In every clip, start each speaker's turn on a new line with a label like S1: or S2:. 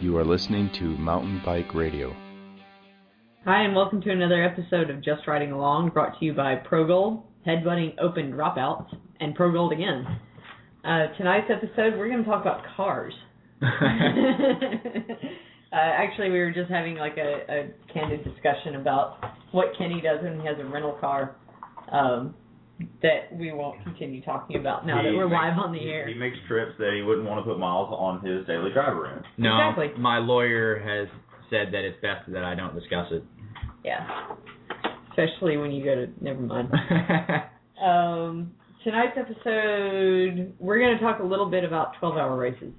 S1: You are listening to Mountain Bike Radio.
S2: Hi, and welcome to another episode of Just Riding Along, brought to you by ProGold, Headbutting Open Dropouts, and ProGold again. Uh, tonight's episode, we're going to talk about cars. uh, actually, we were just having like a, a candid discussion about what Kenny does when he has a rental car um, that we won't continue talking about now that
S3: He
S2: we're
S3: makes-
S2: live on the
S3: he-
S2: air.
S3: He makes trips that he wouldn't want to put miles on his daily driver in.
S4: No,
S2: Exactly.
S4: my lawyer has said that it's best that I don't discuss it.
S2: Yeah. Especially when you go to, never mind. Um, tonight's episode, we're going to talk a little bit about 12 hour races.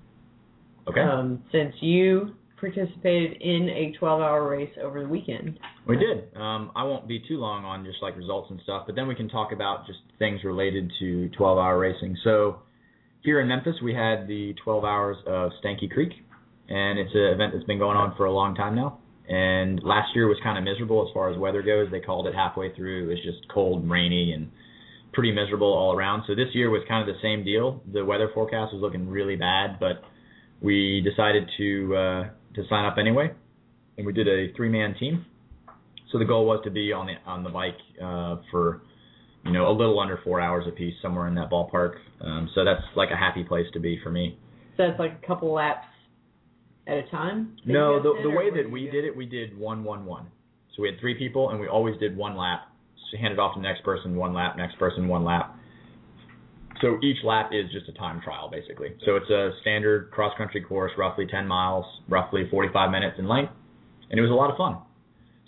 S4: okay,
S2: Um, since you participated in a 12 hour race over the weekend.
S4: we did. Um, I won't be too long on just like results and stuff, but then we can talk about just things related to 12-hour racing. So here in Memphis, we had the 12 hours of Stanky Creek, and it's an event that's been going on for a long time now. And last year was kind of miserable as far as weather goes. They called it halfway through. It was just cold and rainy and pretty miserable all around. So this year was kind of the same deal. The weather forecast was looking really bad, but we decided to uh, to sign up anyway, and we did a three man team. So the goal was to be on the on the bike uh, for you know a little under four hours apiece, somewhere in that ballpark. Um, so that's like a happy place to be for me.
S2: So it's like a couple laps at a time? that you
S4: No,
S2: guys
S4: the
S2: did,
S4: the
S2: or
S4: way
S2: what
S4: that
S2: you
S4: we
S2: do?
S4: did it, we did one one one. So we had three people, and we always did one lap. So hand it off to the next person, one lap, next person, one lap. So each lap is just a time trial, basically. So it's a standard cross country course, roughly 10 miles, roughly 45 minutes in length, and it was a lot of fun.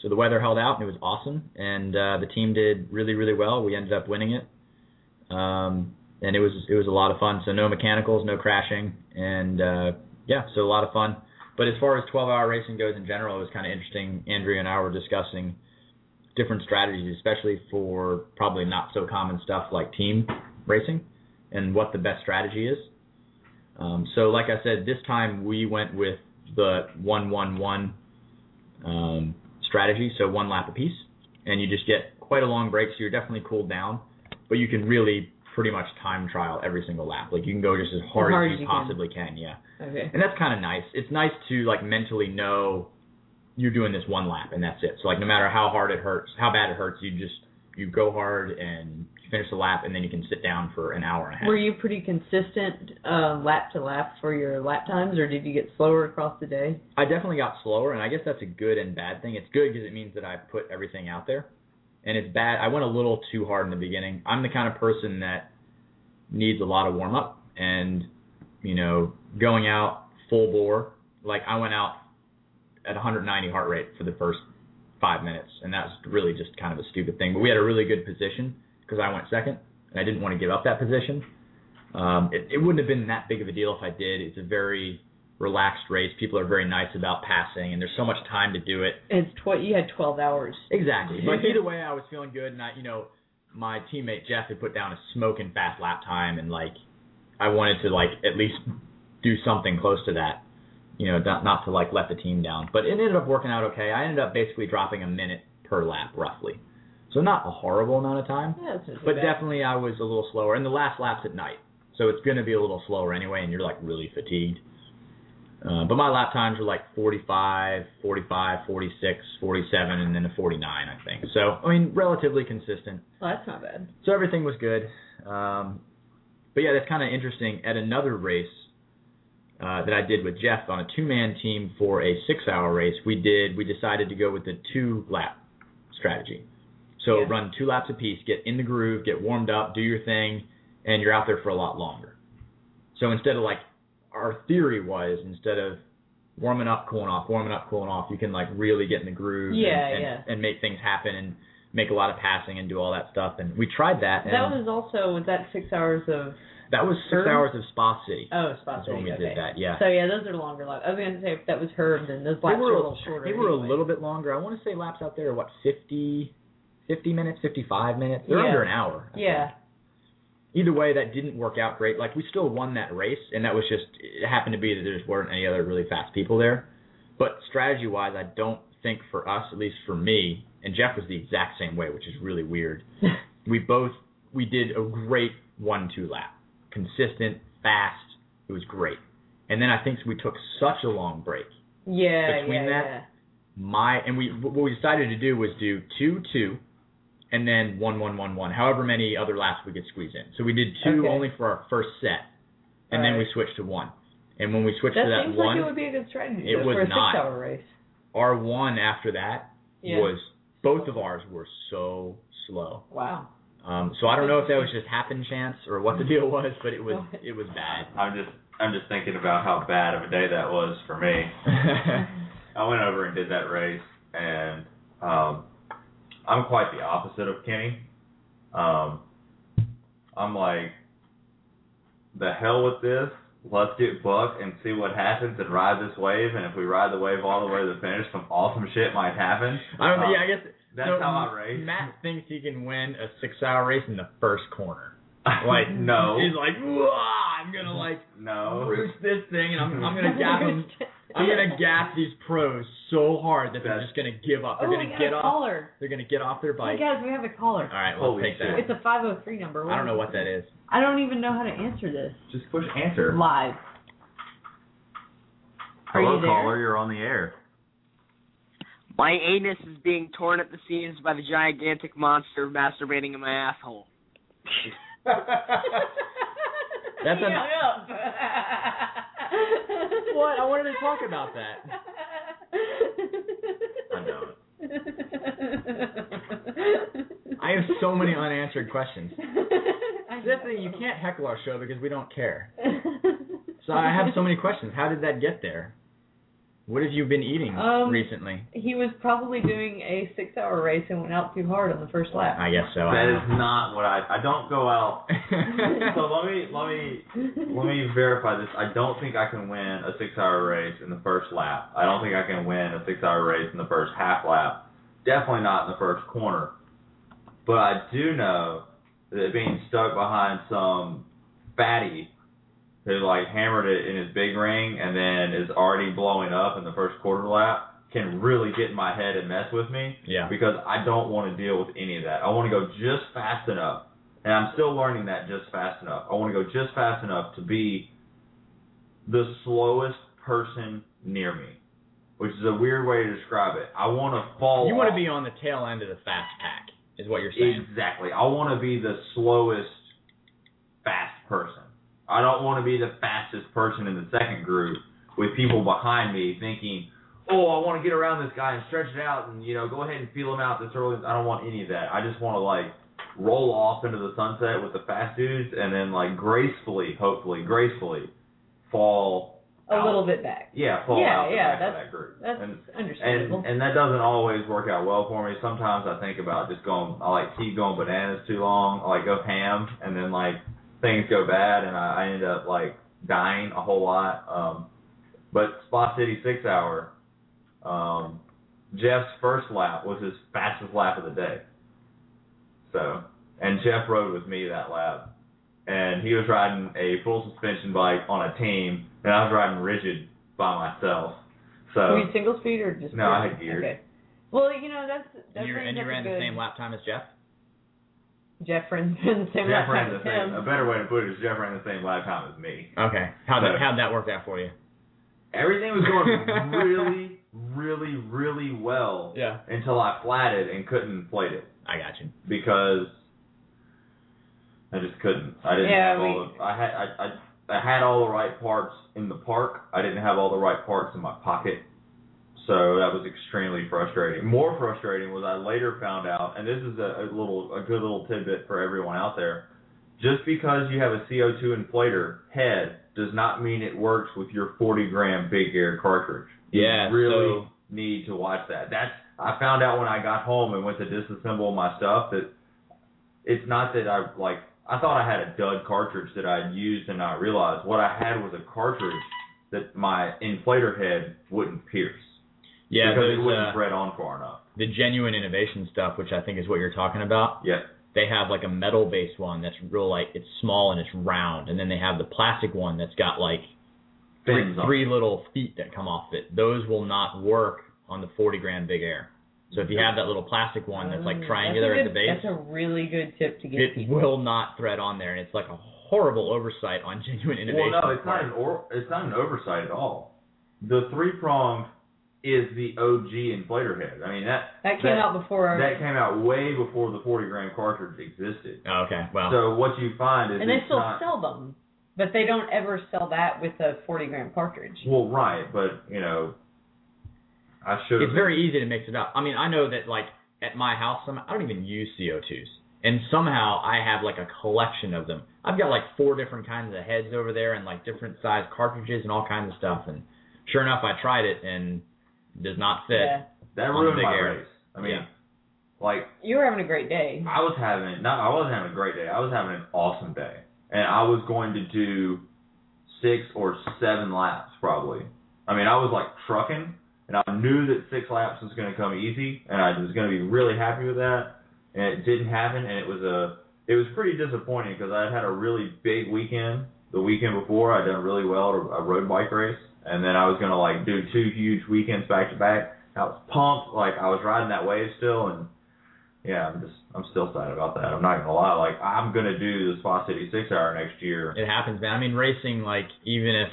S4: So the weather held out, and it was awesome, and uh, the team did really, really well. We ended up winning it, um, and it was it was a lot of fun. So no mechanicals, no crashing, and uh, yeah, so a lot of fun. But as far as 12 hour racing goes in general, it was kind of interesting. Andrea and I were discussing different strategies, especially for probably not so common stuff like team racing and what the best strategy is. Um, so, like I said, this time we went with the 1 1 1 um, strategy, so one lap apiece, and you just get quite a long break, so you're definitely cooled down, but you can really pretty much time trial every single lap. Like you can go just as hard,
S2: hard
S4: as
S2: as
S4: you
S2: you can.
S4: possibly can yeah.
S2: Okay.
S4: And that's kind of nice. It's nice to like mentally know you're doing this one lap and that's it. So like no matter how hard it hurts, how bad it hurts, you just you go hard and you finish the lap and then you can sit down for an hour and a half.
S2: Were you pretty consistent uh, lap to lap for your lap times, or did you get slower across the day?
S4: I definitely got slower and I guess that's a good and bad thing. It's good because it means that I put everything out there. And it's bad. I went a little too hard in the beginning. I'm the kind of person that needs a lot of warm up and you know, going out full bore. Like I went out at 190 heart rate for the first five minutes, and that was really just kind of a stupid thing. But we had a really good position because I went second, and I didn't want to give up that position. Um, it, it wouldn't have been that big of a deal if I did. It's a very relaxed race. People are very nice about passing, and there's so much time to do it.
S2: It's tw- you had 12 hours.
S4: Exactly. But either way, I was feeling good, and I, you know, my teammate Jeff had put down a smoking fast lap time, and like, I wanted to like at least do something close to that, you know, not not to like let the team down. But it ended up working out okay. I ended up basically dropping a minute per lap, roughly. So not a horrible amount of time,
S2: Yeah, it's not so
S4: but
S2: bad.
S4: definitely I was a little slower. And the last lap's at night, so it's going to be a little slower anyway, and you're like really fatigued. Uh, but my lap times were like 45, 45, 46, 47, and then a 49, I think. So, I mean, relatively consistent.
S2: Well, that's not bad.
S4: So everything was good. Um, but yeah, that's kind of interesting. At another race uh, that I did with Jeff on a two-man team for a six-hour race, we did we decided to go with the two-lap strategy. So
S2: Yeah.
S4: run two laps apiece, get in the groove, get warmed up, do your thing, and you're out there for a lot longer. So instead of like our theory was instead of warming up, cooling off, warming up, cooling off, you can like really get in the groove
S2: Yeah,
S4: and, and,
S2: yeah.
S4: and make things happen and make a lot of passing and do all that stuff. And we tried that. And
S2: That was also, was that six hours of,
S4: that was six
S2: Herb?
S4: hours of Spa City.
S2: oh, spot
S4: That's when we
S2: okay.
S4: did that. Yeah.
S2: So yeah, those are longer laps. I was gonna say if that was Herb, then those laps were a little shorter.
S4: They were a
S2: anyway.
S4: little bit longer. I want to say laps out there are what 50, 50 minutes, fifty five minutes. They're
S2: Yeah.
S4: under an hour. I think.
S2: Yeah,
S4: Either way, that didn't work out great. Like we still won that race, and that was just it happened to be that there just weren't any other really fast people there. But strategy wise, I don't think for us, at least for me, and Jeff was the exact same way, which is really weird. we both we did a great one two lap consistent fast it was great and then i think we took such a long break
S2: Yeah,
S4: Between
S2: yeah,
S4: that, my and we what we decided to do was do two two and then one one one one however many other laps we could squeeze in so we did two
S2: Okay.
S4: only for our first set and then we
S2: Alright.
S4: switched to one and when we switched
S2: yeah.
S4: to
S2: That
S4: that
S2: seems
S4: one
S2: like it would be a good strategy
S4: it
S2: though,
S4: was
S2: for a
S4: not.
S2: six-hour race.
S4: our one after that
S2: Yeah.
S4: was both of ours were so slow
S2: Wow.
S4: um so i don't know if that was just happen chance or what the deal was but it was it was bad
S3: I'm just I'm just thinking about how bad of a day that was for me. I went over and did that race, and um, I'm quite the opposite of Kenny. Um, I'm like, the hell with this. Let's get bucked and see what happens, and ride this wave. And if we ride the wave all the way to the finish, some awesome shit might happen.
S4: i don't
S3: Um,
S4: yeah i guess
S3: That's
S4: so
S3: how I race.
S4: matt thinks he can win a six hour race in the first corner
S3: like no,
S4: He's like, "Whoa, I'm gonna like
S2: Oh.
S3: no.
S4: roost this thing, and I'm I'm gonna gap him. I'm gonna gap these pros so hard that they're
S3: That's-
S4: just gonna give up.
S2: Oh,
S4: They're
S2: we
S4: gonna
S2: got
S4: get
S2: a
S4: off.
S2: caller.
S4: They're gonna get off their
S2: Hey
S4: bike.
S2: guys, we have a
S4: All
S2: caller.
S4: right, let's
S3: Holy
S4: take that.
S2: It's a 503 number.
S4: I don't know what that is.
S2: I don't even know how to answer this
S3: Just push answer.
S2: live. Are
S3: Hello,
S2: you there?
S3: caller. You're on the air.
S5: My anus is being torn at the seams by the gigantic monster masturbating in my asshole.
S4: That's
S2: He
S4: an-
S2: hung up.
S4: What? I wanted to talk about that.
S3: I know it.
S4: I have so many unanswered questions.
S2: I
S4: That's the thing, you
S2: know.
S4: can't heckle our show because we don't care. So I have so many questions. How did that get there? What have you been eating
S2: Um,
S4: recently?
S2: He was probably doing a six-hour race and went out too hard on the first lap.
S4: I guess so. I
S3: That
S4: don't
S3: is not what I. I don't go out.
S4: know.
S3: So let me let me let me verify this. I don't think I can win a six-hour race in the first lap. I don't think I can win a six-hour race in the first half lap. Definitely not in the first corner. But I do know that being stuck behind some fatty who like hammered it in his big ring and then is already blowing up in the first quarter lap can really get in my head and mess with me
S4: yeah.
S3: because I don't want to deal with any of that. I want to go just fast enough, and I'm still learning that just fast enough. I want to go just fast enough to be the slowest person near me, which is a weird way to describe it. I want to fall.
S4: You want
S3: off-
S4: to be on the tail end of the fast pack, is what you're saying.
S3: exactly. I want to be the slowest fast person. I don't want to be the fastest person in the second group with people behind me thinking, oh, I want to get around this guy and stretch it out and, you know, go ahead and feel him out this early. I don't want any of that. I just want to, like, roll off into the sunset with the fast dudes and then, like, gracefully, hopefully, gracefully fall.
S2: a little bit back.
S3: Yeah, fall
S2: Yeah,
S3: out the
S2: yeah,
S3: back of
S2: that's-
S3: that group.
S2: That's
S3: and, and
S2: understandable.
S3: and that doesn't always work out well for me. Sometimes I think about just going, I like keep going bananas too long, I like go ham, and then like things go bad, and I, I end up like dying a whole lot. Um, but Spot City six hour, um, Jeff's first lap was his fastest lap of the day. So, and Jeff rode with me that lap, and he was riding a full suspension bike on a team, and I was riding rigid by myself. So
S4: uh,
S2: Were you single speed or just?
S3: No, I had
S2: paired?
S3: geared.
S2: Okay. Well, you know that's that
S4: And you,
S2: brings
S4: and you
S2: up a
S4: ran the
S2: good-
S4: same lap time as Jeff?
S2: Jeff ran the same lap
S3: Jeff ran the
S2: as
S3: same. A
S2: him.
S3: better way to put it is Jeff ran the same lap time as me.
S4: Okay. How'd that,
S3: So-
S4: how'd that work out for you?
S3: Everything was going really, really, really well
S4: Yeah.
S3: until I flatted and couldn't plate it
S4: I got you.
S3: because I just couldn't. I didn't
S2: Yeah,
S3: have all
S2: we-
S3: the, I had I, I I had all the right parts in the park. I didn't have all the right parts in my pocket. So that was extremely frustrating. More frustrating was I later found out, and this is a, a little a good little tidbit for everyone out there. Just because you have a CO2 inflator head does not mean it works with your 40 gram big air cartridge. You
S4: Yeah,
S3: really
S4: so-
S3: need to watch that. That's I found out when I got home and went to disassemble my stuff that it's not that I like I thought I had a dud cartridge that I'd used and I realized what I had was a cartridge that my inflator head wouldn't pierce.
S4: Yeah,
S3: because it
S4: those,
S3: wouldn't
S4: uh,
S3: thread on far enough.
S4: the genuine innovation stuff, which I think is what you're talking about,
S3: Yeah.
S4: they have like a metal based one that's real like it's small and it's round, and then they have the plastic one that's got like three,
S3: Fins on
S4: three
S3: it.
S4: little feet that come off it. Those will not work on the 40 grand big air. So if you have that little plastic one that's
S2: Oh,
S4: like
S2: a
S4: triangular at
S2: good-
S4: the base,
S2: That's a really good tip to get
S4: it
S2: people.
S4: will not thread on there, and it's like a horrible oversight on genuine innovation.
S3: Well, no, it's
S4: part.
S3: not an or, it's not an oversight at all. the three pronged is the OG inflator head. I mean that
S2: That came
S3: That-
S2: out before.
S3: that came out way before the 40 gram cartridge existed.
S4: Oh, okay. Well,
S3: So what you find is
S2: and they
S3: it's
S2: still
S3: not
S2: sell them, but they don't ever sell that with a 40 gram cartridge.
S3: well right, but you know I should
S4: it's
S3: have
S4: very easy to mix it up. I mean, I know that like at my house, some I don't even use CO2s, and somehow I have like a collection of them. I've got like four different kinds of heads over there, and like different size cartridges and all kinds of stuff. And sure enough, I tried it and it does not fit.
S2: Yeah.
S3: that
S4: on
S3: ruined
S4: the big
S3: my
S4: area.
S3: race. I mean
S4: Yeah.
S3: like
S2: You were having a great day.
S3: I was having not I wasn't having a great day. I was having an awesome day, and I was going to do six or seven laps probably. I mean, I was like trucking, and I knew that six laps was going to come easy, and I was going to be really happy with that. And it didn't happen, and it was a it was pretty disappointing because I had had a really big weekend. The weekend before, I'd done really well at a road bike race, and then I was going to like do two huge weekends back to back. I was pumped, like I was riding that wave still, and yeah, I'm just I'm still sad about that. I'm not gonna lie. Like I'm gonna do the Spa City six hour next year.
S4: It happens, man. I mean, racing, like, even if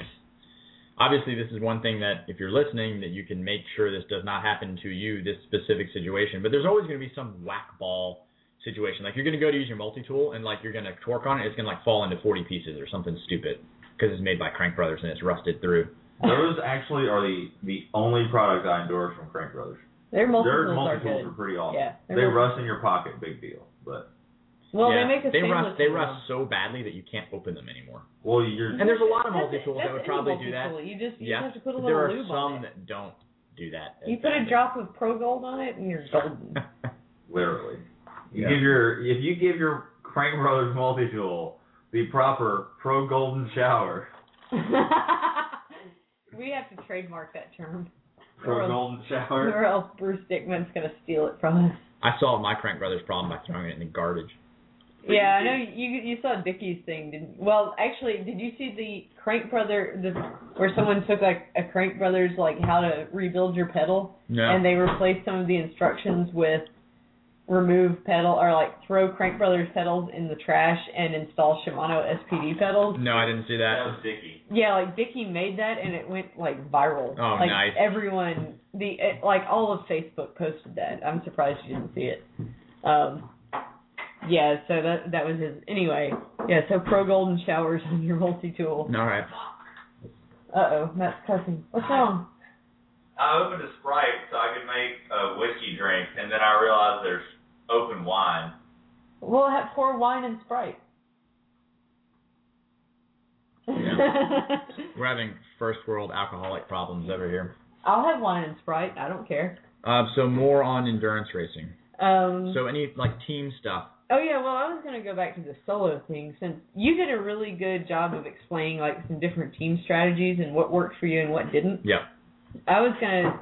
S4: obviously this is one thing that if you're listening, that you can make sure this does not happen to you, this specific situation. But there's always going to be some whack ball situation. Like, you're going to go to use your multi tool and, like, you're going to torque on it. It's going to, like, fall into 40 pieces or something stupid because it's made by Crank Brothers and it's rusted through.
S3: Those actually are the the only products I endorse from Crank Brothers.
S2: Their
S3: Their
S2: multiples are
S3: multiples are
S2: good.
S3: pretty awesome.
S2: Yeah.
S3: They
S2: their mul-
S3: rust in your pocket, big deal. But
S2: Well,
S4: Yeah.
S2: they make a
S4: they
S2: stainless
S4: rust, they
S2: one
S4: rust
S2: now.
S4: so badly that you can't open them anymore.
S3: well, you're
S4: And there's a lot of
S2: That's-
S4: multi-tools
S2: that's
S4: that would
S2: any
S4: probably do that.
S2: multi-tool. You just you
S4: yeah.
S2: just have to put a little
S4: there are
S2: lube
S4: some
S2: on it.
S4: that don't do that.
S2: You put a drop of Pro Gold on it, and you're golden.
S3: literally. You
S4: Yeah.
S3: give your if you give your Crank Brothers multi tool the proper pro golden shower.
S2: we have to trademark that term,
S3: Pro
S2: Or-
S3: golden shower.
S2: or else Bruce Dickman's gonna steal it from us.
S4: I solved my Crank Brothers problem by throwing it in the garbage.
S2: Yeah, I know you you saw Dickie's thing. Didn't, well, actually, did you see the Crank Brother the, where someone took like a Crank Brothers like how to rebuild your pedal,
S4: No.
S2: and they replaced some of the instructions with remove pedal or like throw Crank Brothers pedals in the trash and install Shimano SPD pedals.
S4: no, I didn't see that.
S3: sticky.
S2: Yeah, like Dickie made that and it went like viral.
S4: Oh,
S2: like
S4: nice.
S2: everyone, the it, like all of Facebook posted that. I'm surprised you didn't see it. Um, yeah, so that that was his. Anyway, yeah, so pro golden showers on your multi tool.
S4: All right.
S2: Uh oh, Matt's cussing. What's wrong?
S3: I opened a Sprite so I could make a whiskey drink, and then I realized there's open wine.
S2: Well, have pour wine and Sprite.
S4: We're having first world alcoholic problems over here.
S2: I'll have wine and Sprite. I don't care.
S4: Uh, so more on endurance racing.
S2: Um,
S4: So any like team stuff.
S2: Oh yeah, well I was gonna go back to the solo thing since you did a really good job of explaining like some different team strategies and what worked for you and what didn't.
S4: Yep.
S2: I was gonna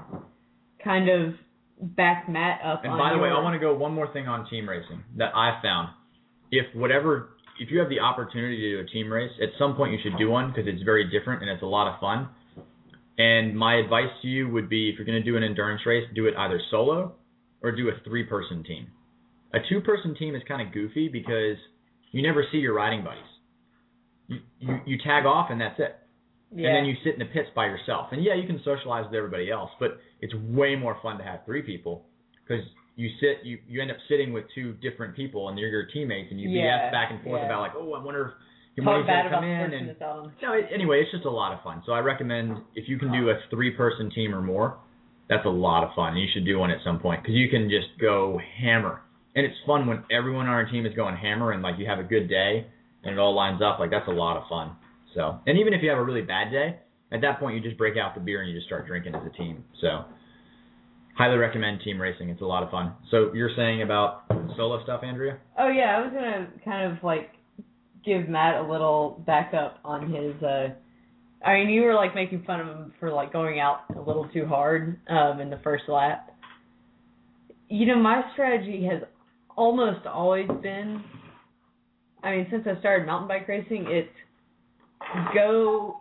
S2: kind of back Matt up.
S4: And
S2: on
S4: by the way, I
S2: your-
S4: want to go one more thing on team racing that I found. If whatever, if you have the opportunity to do a team race, at some point you should do one because it's very different and it's a lot of fun. And my advice to you would be if you're going to do an endurance race, do it either solo or do a three person team. A two person team is kind of goofy because you never see your riding buddies. You, you, you tag off and that's it.
S2: yeah.
S4: And then you sit in the pits by yourself. And yeah, you can socialize with everybody else, but it's way more fun to have three people because you sit, you, you end up sitting with two different people and they're your teammates and you
S2: Yeah,
S4: BS back and forth
S2: yeah.
S4: about like, oh, I wonder if
S2: talk
S4: Monique's
S2: bad
S4: gonna
S2: about
S4: come
S2: the
S4: in
S2: person
S4: and
S2: that's on.
S4: no, it, anyway, it's just a lot of fun. So I recommend if you can do a three-person team or more, that's a lot of fun. You should do one at some point because you can just go hammer, and it's fun when everyone on our team is going hammer and like you have a good day and it all lines up. Like that's a lot of fun. So, and even if you have a really bad day, at that point you just break out the beer and you just start drinking as a team. So, highly recommend team racing. It's a lot of fun. So you're saying about solo stuff, Andrea?
S2: Oh yeah, I was gonna kind of like give Matt a little back up on his. uh I mean, you were like making fun of him for like going out a little too hard um in the first lap. You know, my strategy has almost always been. I mean, since I started mountain bike racing, it's go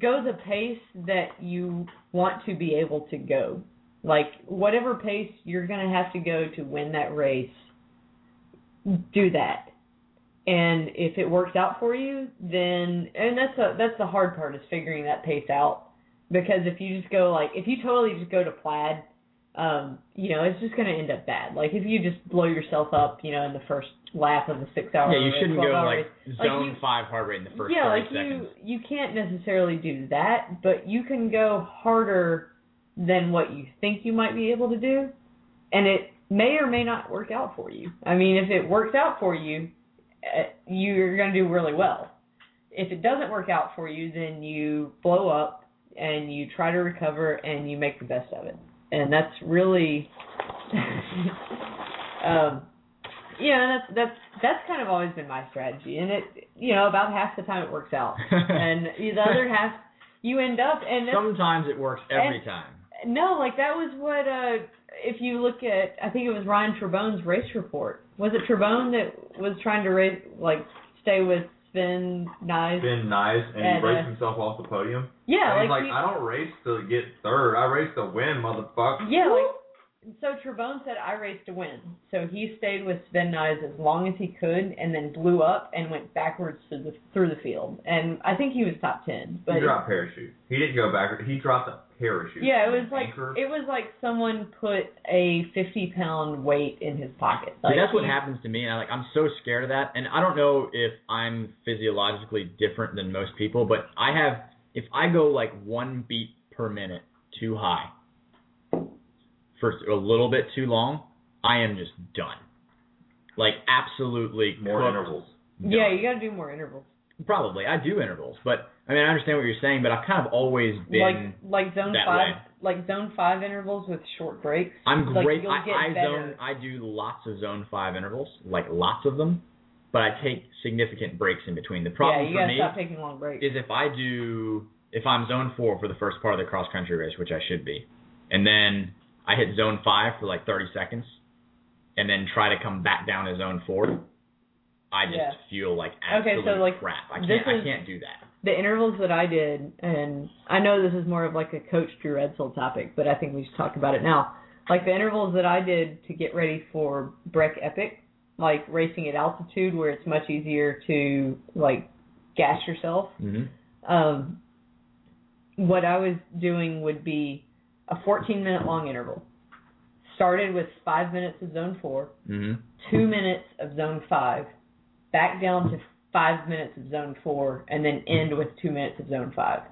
S2: go the pace that you want to be able to go. Like whatever pace you're gonna have to go to win that race, do that. And if it works out for you, then and that's the that's the hard part is figuring that pace out because if you just go like if you totally just go to plaid, um, you know, it's just gonna end up bad. Like if you just blow yourself up, you know, in the first lap of the six hour
S4: yeah, you
S2: race,
S4: shouldn't
S2: 12
S4: go
S2: hour
S4: like
S2: race.
S4: zone
S2: you-
S4: five hard rate in the first
S2: yeah,
S4: 30
S2: like
S4: seconds.
S2: you you can't necessarily do that, but you can go harder than what you think you might be able to do, and it may or may not work out for you. I mean, if it works out for you, eh, you're going to do really well. If it doesn't work out for you, then you blow up and you try to recover and you make the best of it. And that's really um yeah, that's that's that's kind of always been my strategy, and it you know about half the time it works out, and the other half you end up and that's-
S4: Sometimes it works every
S2: and-
S4: time.
S2: no, like that was what uh if you look at I think it was Ryan Trebone's race report. Was it Trebone that was trying to race like stay with Sven Nice?
S3: Been nice, and
S2: And,
S3: he
S2: uh,
S3: raced himself off the podium.
S2: Yeah,
S3: and he's like,
S2: we-
S3: I don't race to get third. I race to win, motherfucker.
S2: Yeah, like so Trebone said I raced to win. So he stayed with Sven Nys as long as he could and then blew up and went backwards through the through the field. And I think he was top ten. But
S3: he dropped parachute. He didn't go backward. He dropped a parachute.
S2: yeah, it
S3: and
S2: was
S3: an
S2: like
S3: anchor.
S2: it was like someone put a fifty pound weight in his pocket.
S4: See,
S2: Like,
S4: that's what
S2: he-
S4: happens to me, and I, like I'm so scared of that. And I don't know if I'm physiologically different than most people, but I have if I go like one beat per minute too high for a little bit too long, I am just done. Like absolutely
S3: more
S4: cooked,
S3: intervals.
S4: done.
S2: Yeah, you gotta do more intervals.
S4: Probably I do intervals, but I mean I understand what you're saying, but I've kind of always been.
S2: like like zone
S4: that
S2: five
S4: way.
S2: like zone five intervals with short breaks.
S4: I'm
S2: like,
S4: great.
S2: you'll
S4: I,
S2: get
S4: I
S2: better.
S4: zone. I do lots of zone five intervals, like lots of them, but I take significant breaks in between. The
S2: yeah,
S4: problem
S2: you gotta
S4: for
S2: stop
S4: me
S2: taking long breaks.
S4: is if I do if I'm zone four for the first part of the cross country race, which I should be, and then I hit zone five for like 30 seconds, and then try to come back down to zone four. I just
S2: Yeah.
S4: feel like
S2: Okay, so,
S4: absolute
S2: like,
S4: crap. I
S2: this
S4: can't. I
S2: is-
S4: can't do that.
S2: the intervals that I did, and I know this is more of like a Coach Drew Edsel topic, but I think we should talk about it now. Like the intervals that I did to get ready for Breck Epic, like racing at altitude where it's much easier to like gas yourself.
S4: Mm-hmm.
S2: Um, what I was doing would be a 14 minute long interval. Started with five minutes of zone four,
S4: Mm-hmm.
S2: two minutes of zone five, back down to five minutes of zone four, and then end with two minutes of zone five.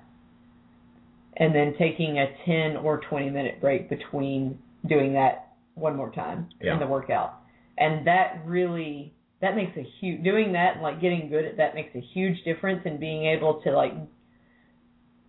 S2: And then taking a 10 or 20 minute break between doing that one more time
S4: Yeah.
S2: in the workout. And that really, that makes a huge, doing that and like getting good at that makes a huge difference in being able to like,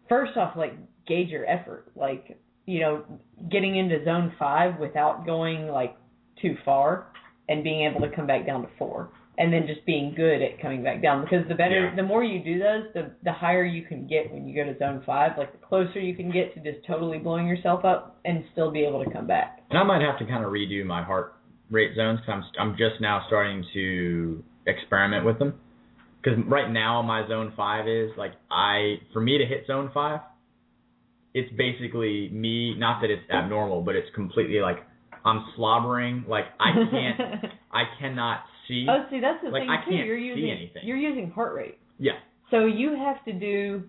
S2: first off, like gauge your effort. Like, you know, getting into zone five without going like too far and being able to come back down to four and then just being good at coming back down because the better
S4: Yeah.
S2: the more you do those the the higher you can get when you go to zone five like the closer you can get to just totally blowing yourself up and still be able to come back
S4: And I might have to kind of redo my heart rate zones because I'm, I'm just now starting to experiment with them. Because right now my zone five is like I for me to hit zone five, it's basically me. Not that it's abnormal, but it's completely like I'm slobbering. Like I can't, I cannot see.
S2: oh see that's the
S4: Like,
S2: thing
S4: I
S2: too
S4: can't
S2: you're
S4: see
S2: using
S4: anything.
S2: you're using heart rate
S4: Yeah.
S2: so you have to do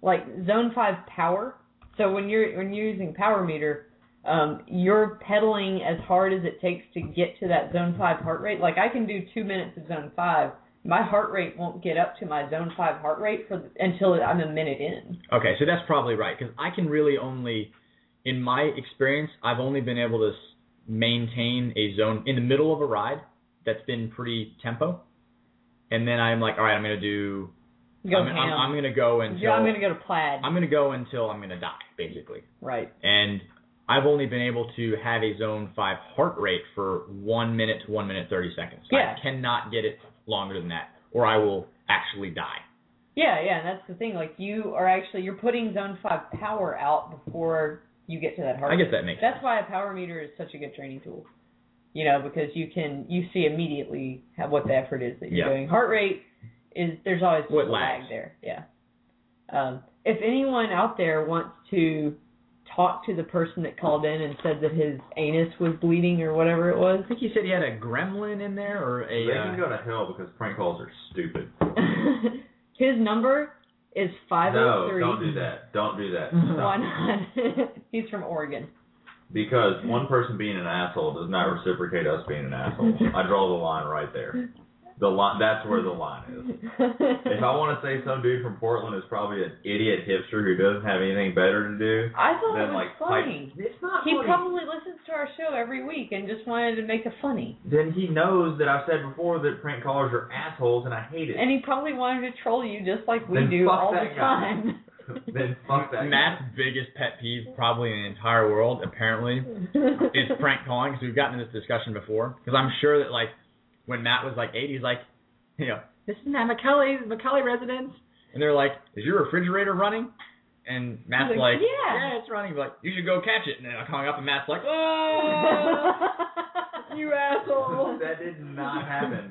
S2: like zone five power so when you're when you're using power meter um, you're pedaling as hard as it takes to get to that zone five heart rate. Like I can do two minutes of zone five. My heart rate won't get up to my zone five heart rate for until I'm a minute in.
S4: Okay, so that's probably right because I can really only, in my experience, I've only been able to s- maintain a zone in the middle of a ride that's been pretty tempo, and then I'm like, all right, I'm gonna do,
S2: Go
S4: I'm,
S2: ham.
S4: I'm, I'm gonna go until
S2: yeah, I'm gonna go to plaid.
S4: I'm gonna go until I'm gonna die, basically.
S2: right.
S4: And I've only been able to have a zone five heart rate for one minute to one minute thirty seconds.
S2: Yeah.
S4: I cannot get it longer than that, or I will actually die.
S2: Yeah, yeah, and that's the thing. Like you are actually you're putting zone five power out before you get to that heart.
S4: I guess
S2: rate.
S4: that makes
S2: That's why a power meter is such a good training tool. You know, because you can you see immediately how, what the effort is that you're
S4: Yeah.
S2: doing. Heart rate is there's always
S4: What
S2: a lag
S4: lags.
S2: there. Yeah. Um, if anyone out there wants to talk to the person that called in and said that his anus was bleeding or whatever it was,
S4: I think he said he had a gremlin in there or
S3: They
S4: a.
S3: can
S4: uh,
S3: go to hell because prank calls are stupid.
S2: his number is 503.
S3: No, don't do that. Don't do that.
S2: Why
S3: Stop.
S2: not? He's from Oregon.
S3: Because one person being an asshole does not reciprocate us being an asshole. I draw the line right there. The line that's where the line is. If I want to say some dude from Portland is probably an idiot hipster who doesn't have anything better to do,
S2: I thought it
S3: then
S2: was
S3: like pipe-
S2: funny.
S3: It's not
S2: He
S3: funny.
S2: probably listens to our show every week and just wanted to make it funny.
S3: then he knows that I've said before that prank callers are assholes and I hate it.
S2: And he probably wanted to troll you just like we
S3: Then
S2: do
S3: fuck
S2: all
S3: that
S2: the
S3: guy.
S2: time.
S3: then fuck that. guy.
S4: Matt's biggest pet peeve, probably in the entire world, apparently, is prank calling because we've gotten into this discussion before. Because I'm sure that like when Matt was like eight, he's like, you know, this is Matt McCauley, McCauley residence, and they're like, is your refrigerator running? And Matt's
S2: He's like,
S4: like,
S2: "Yeah."
S4: it's running. He's like, you should go catch it. And then I hung up, and Matt's like, oh, you asshole.
S3: that did not happen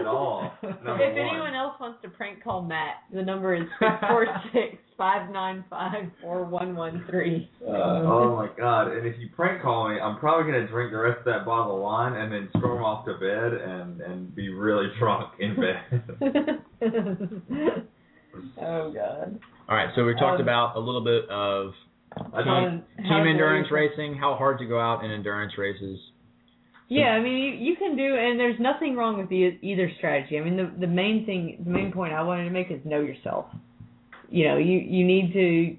S3: at all. Number
S2: if
S3: one.
S2: anyone else wants to prank call Matt, the number is six four six five nine five four one one three.
S3: Uh, oh my god! And if you prank call me, I'm probably gonna drink the rest of that bottle of wine and then storm off to bed and and be really drunk in bed.
S2: oh God.
S4: All right, so we talked
S2: Um,
S4: about a little bit of
S3: I
S4: Team-
S3: don't,
S2: Um, how's
S4: team
S2: the
S4: endurance
S2: race?
S4: racing, how hard to go out in endurance races.
S2: Yeah, I mean you, you can do, and there's nothing wrong with e- either strategy. I mean the the main thing, the main point I wanted to make is know yourself. You know, you you need to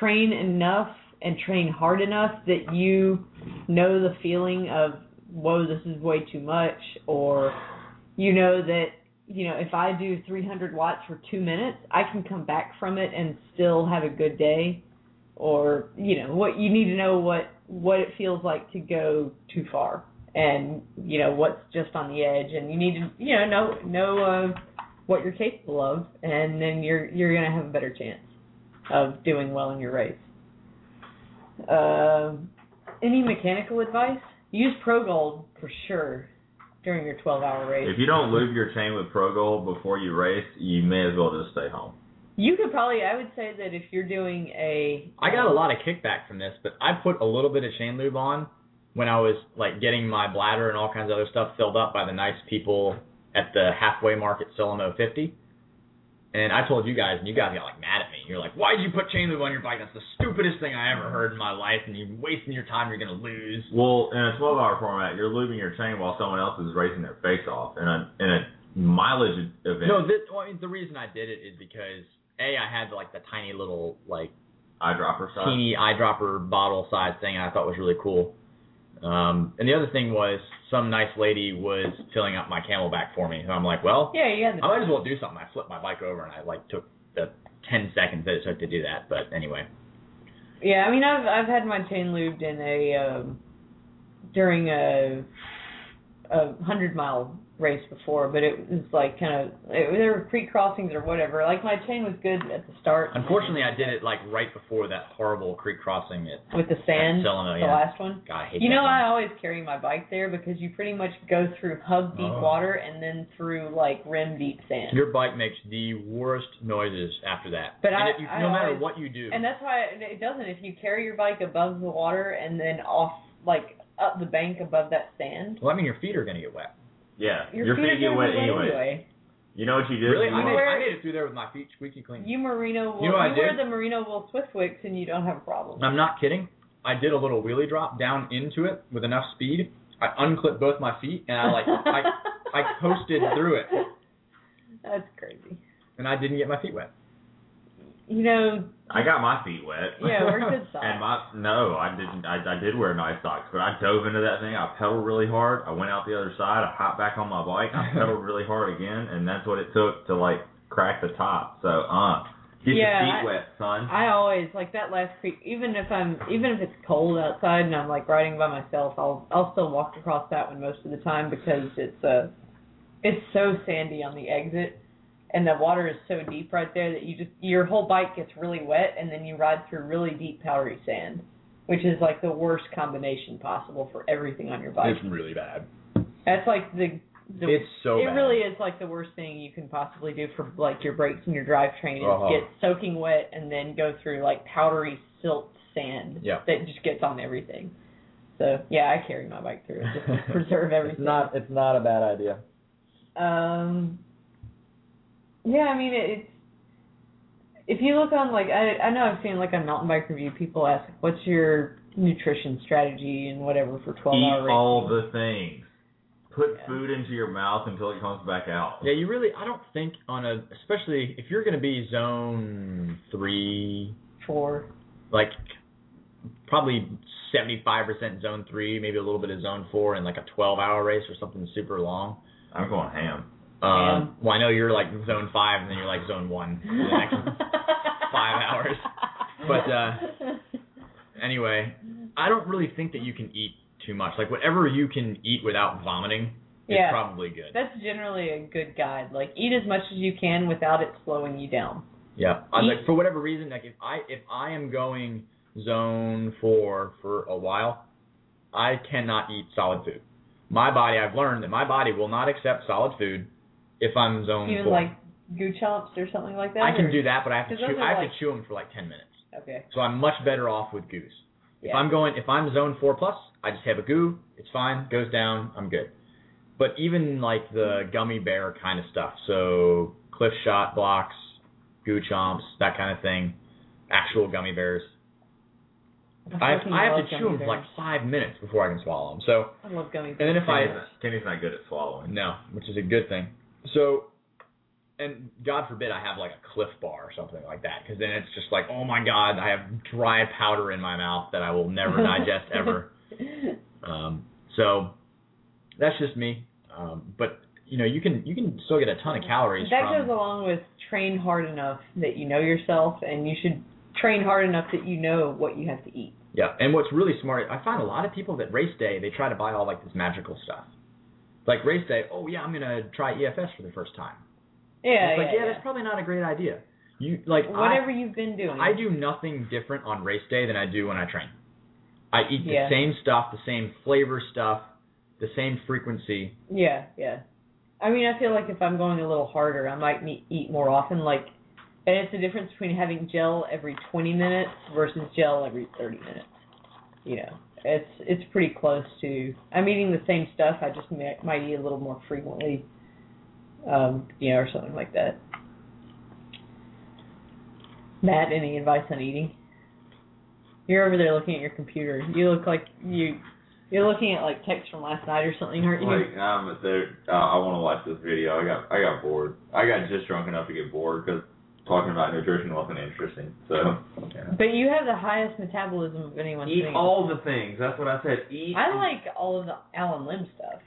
S2: train enough and train hard enough that you know the feeling of whoa, this is way too much, or you know that you know if I do 300 watts for two minutes, I can come back from it and still have a good day or you know what you need to know what what it feels like to go too far and you know what's just on the edge and you need to you know know know uh, what you're capable of and then you're you're going to have a better chance of doing well in your race um any mechanical advice use pro gold for sure during your 12 hour race
S6: If you don't lube your chain with Pro Gold before you race, you may as well just stay home.
S2: you could probably i would say that if you're doing a
S4: I got a lot of kickback from this, but I put a little bit of chain lube on when I was like getting my bladder and all kinds of other stuff filled up by the nice people at the halfway mark at Solomon 50. And I told you guys, and you guys got like mad at me. You're like, "Why'd you put chain lube on your bike? That's the stupidest thing I ever heard in my life, and you're wasting your time. You're gonna lose."
S6: Well, in a 12 hour format, you're lubing your chain while someone else is racing their face off in a, in a mileage event.
S4: No, this, well, I mean, the reason I did it is because a I had like the tiny little like
S6: eyedropper size.
S4: teeny eyedropper bottle size thing I thought was really cool. Um, and the other thing was some nice lady was filling up my camelback for me. And I'm like, well,
S2: yeah you had the
S4: I might as well do something. I flipped my bike over and I like took the 10 seconds that it took to do that. But anyway,
S2: Yeah, I mean, I've I've had my chain lubed in a um, during a a hundred mile race before, but it was like kind of it, there were creek crossings or whatever. Like my chain was good at the start.
S4: unfortunately, I did it like right before that horrible creek crossing at,
S2: with the
S4: at
S2: sand,
S4: Solano.
S2: the
S4: Yeah.
S2: last one.
S4: God, I hate
S2: You
S4: that
S2: know,
S4: one.
S2: I always carry my bike there because you pretty much go through hub deep
S6: Oh.
S2: water and then through like rim deep sand.
S4: Your bike makes the worst noises after that.
S2: But
S4: and
S2: I-
S4: it- you-
S2: I
S4: no matter
S2: always-
S4: what you do.
S2: And that's why it- it doesn't. If you carry your bike above the water and then off like up the bank above that sand,
S4: well, I mean, your feet are going to get wet.
S6: Yeah,
S2: your,
S6: your, feet,
S2: are
S6: get
S2: gonna
S6: wet
S2: be
S6: anyway. You know what you do?
S4: Really?
S6: You
S4: I made,
S6: want-
S4: I made it through there with my feet squeaky clean.
S2: You merino wool.
S4: You know what I
S2: wear
S4: did?
S2: the merino wool Swiftwicks and you don't have a problem.
S4: I'm not kidding. I did a little wheelie drop down into it with enough speed. I unclipped both my feet and I like I I coasted through it.
S2: That's crazy.
S4: and I didn't get my feet wet.
S2: You know,
S6: I got my feet wet.
S2: yeah, we're good
S6: And
S2: size.
S6: my no, I didn't. I, I did wear nice socks, but I dove into that thing. I pedaled really hard. I went out the other side. I hopped back on my bike. I pedaled really hard again, and that's what it took to like crack the top. So, uh,
S2: Yeah,
S3: get your
S2: I-
S3: feet wet, son.
S2: I always like that last creek. Even if I'm, even if it's cold outside and I'm like riding by myself, I'll I'll still walk across that one most of the time because it's uh, it's so sandy on the exit, and the water is so deep right there that you just your whole bike gets really wet, and then you ride through really deep powdery sand, which is like the worst combination possible for everything on your bike.
S4: really bad.
S2: That's like the, the
S4: it's so
S2: it
S4: bad.
S2: really is like the worst thing you can possibly do for like your brakes and your drivetrain is
S4: Uh-huh.
S2: get soaking wet and then go through like powdery silt sand
S4: Yeah.
S2: that just gets on everything. So yeah, I carry my bike through it just to preserve everything.
S4: It's not a bad idea.
S2: Um, yeah, I mean it, it's if you look on like I I know I've seen like on mountain bike review people ask what's your nutrition strategy and whatever for twelve
S6: Eat
S2: hour
S6: all the things. Put
S2: Yeah.
S6: food into your mouth until it comes back out.
S4: Yeah, you really. I don't think on a, especially if you're going to be zone three,
S2: four.
S4: like probably 75% zone three, maybe a little bit of zone four, and like a 12 hour race or something super long.
S6: I'm going ham.
S4: Uh,
S2: Yeah.
S4: well, I know you're like zone five, and then you're like zone one. for the next- five hours. But, uh, anyway, I don't really think that you can eat too much. Like whatever you can eat without vomiting is
S2: Yeah.
S4: probably good.
S2: That's generally a good guide. Like eat as much as you can without it slowing you down.
S4: Yeah. I,
S2: Eat-
S4: like for whatever reason, like if I if I am going zone four for a while, I cannot eat solid food. My body, I've learned that my body will not accept solid food if I'm zone
S2: Even
S4: four.
S2: like goo chomps or something like that.
S4: I
S2: or-
S4: can do that, but I have to
S2: 'Cause those
S4: chew.
S2: are
S4: I have
S2: like-
S4: to chew them for like ten minutes.
S2: Okay.
S4: So I'm much better off with goose. If
S2: Yeah.
S4: I'm going, if I'm zone four plus, I just have a goo. It's fine. Goes down. I'm good. But even like the gummy bear kind of stuff, so cliff shot blocks, goo chomps, that kind of thing, actual gummy bears. I have,
S2: fucking
S4: I have
S2: love
S4: to chew
S2: gummy
S4: them for like
S2: bears.
S4: five minutes before I can swallow them. So
S2: I love gummy bears.
S4: and then if I
S6: Kenny's not- Kenny's not good at swallowing.
S4: no, which is a good thing. So, and God forbid I have like a Cliff Bar or something like that, because then it's just like, oh my God, I have dry powder in my mouth that I will never digest ever. Um, so that's just me. Um, but you know, you can you can still get a ton of calories
S2: that
S4: from
S2: goes along with train hard enough that you know yourself, and you should train hard enough that you know what you have to eat.
S4: Yeah, and what's really smart, I find a lot of people that race day, they try to buy all like this magical stuff. Like race day, oh yeah, I'm gonna try EFS for the first time.
S2: Yeah,
S4: it's like
S2: yeah,
S4: that's probably not a great idea. You like I-
S2: Whatever you've been doing.
S4: I do nothing different on race day than I do when I train. I eat
S2: Yeah.
S4: the same stuff, the same flavor stuff, the same frequency.
S2: Yeah, yeah. I mean, I feel like if I'm going a little harder, I might me- eat more often. Like, and it's the difference between having gel every 20 minutes versus gel every 30 minutes. You know, it's it's pretty close to. I'm eating the same stuff. I just may, might eat a little more frequently. Um, you know, or something like that. Matt, any advice on eating? You're over there looking at your computer. You look like you you're looking at like text from last night or something, aren't you?
S3: Like I'm there. Uh, I want to watch this video. I got I got bored. I got just drunk enough to get bored because talking about nutrition wasn't interesting. So yeah.
S2: But you have the highest metabolism of anyone.
S3: eat
S2: doing it.
S3: all the things. That's what I said. Eat.
S2: I like all of the Alan Lim stuff.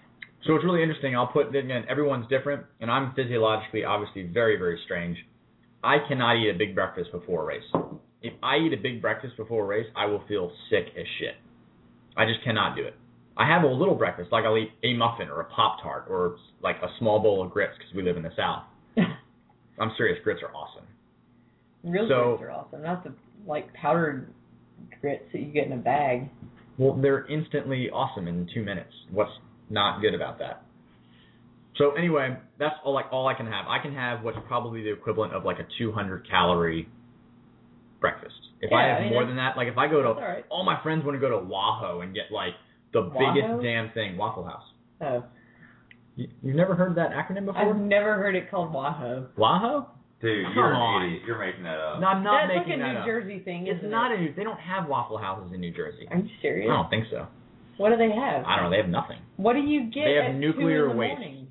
S4: So it's really interesting. I'll put again, everyone's different, and I'm physiologically obviously very very strange. I cannot eat a big breakfast before a race. If I eat a big breakfast before a race, I will feel sick as shit. I just cannot do it. I have a little breakfast, like I'll eat a muffin or a pop tart or like a small bowl of grits because we live in the south. I'm serious, grits are awesome.
S2: Real
S4: So-
S2: grits are awesome, not the like powdered grits that you get in a bag.
S4: Well, they're instantly awesome in two minutes. What's not good about that? So anyway, that's all like all I can have. I can have what's probably the equivalent of like a 200 calorie breakfast. If I
S2: Yeah, I
S4: have
S2: mean,
S4: more
S2: that's-
S4: than that, like if I go to
S2: That's all right.
S4: all my friends want to go to Wahoo and get like the
S2: Wahoo?
S4: biggest damn thing, Waffle House.
S2: Oh,
S4: You, you've never heard that acronym
S2: I've
S4: before?
S2: never heard it called Wahoo.
S4: Wahoo?
S3: Dude,
S4: Come
S3: you're
S4: on.
S3: an idiot. You're making that up.
S4: No, I'm not
S2: That's
S4: making
S2: like a
S4: that
S2: New
S4: up.
S2: Jersey thing.
S4: it's
S2: isn't
S4: not
S2: It?
S4: a new. They don't have Waffle Houses in New Jersey.
S2: A- Are you
S4: I
S2: serious?
S4: don't think so.
S2: What do they have?
S4: I don't know. They have nothing.
S2: What do you get?
S4: They have
S2: at two
S4: nuclear
S2: in the
S4: waste.
S2: Morning?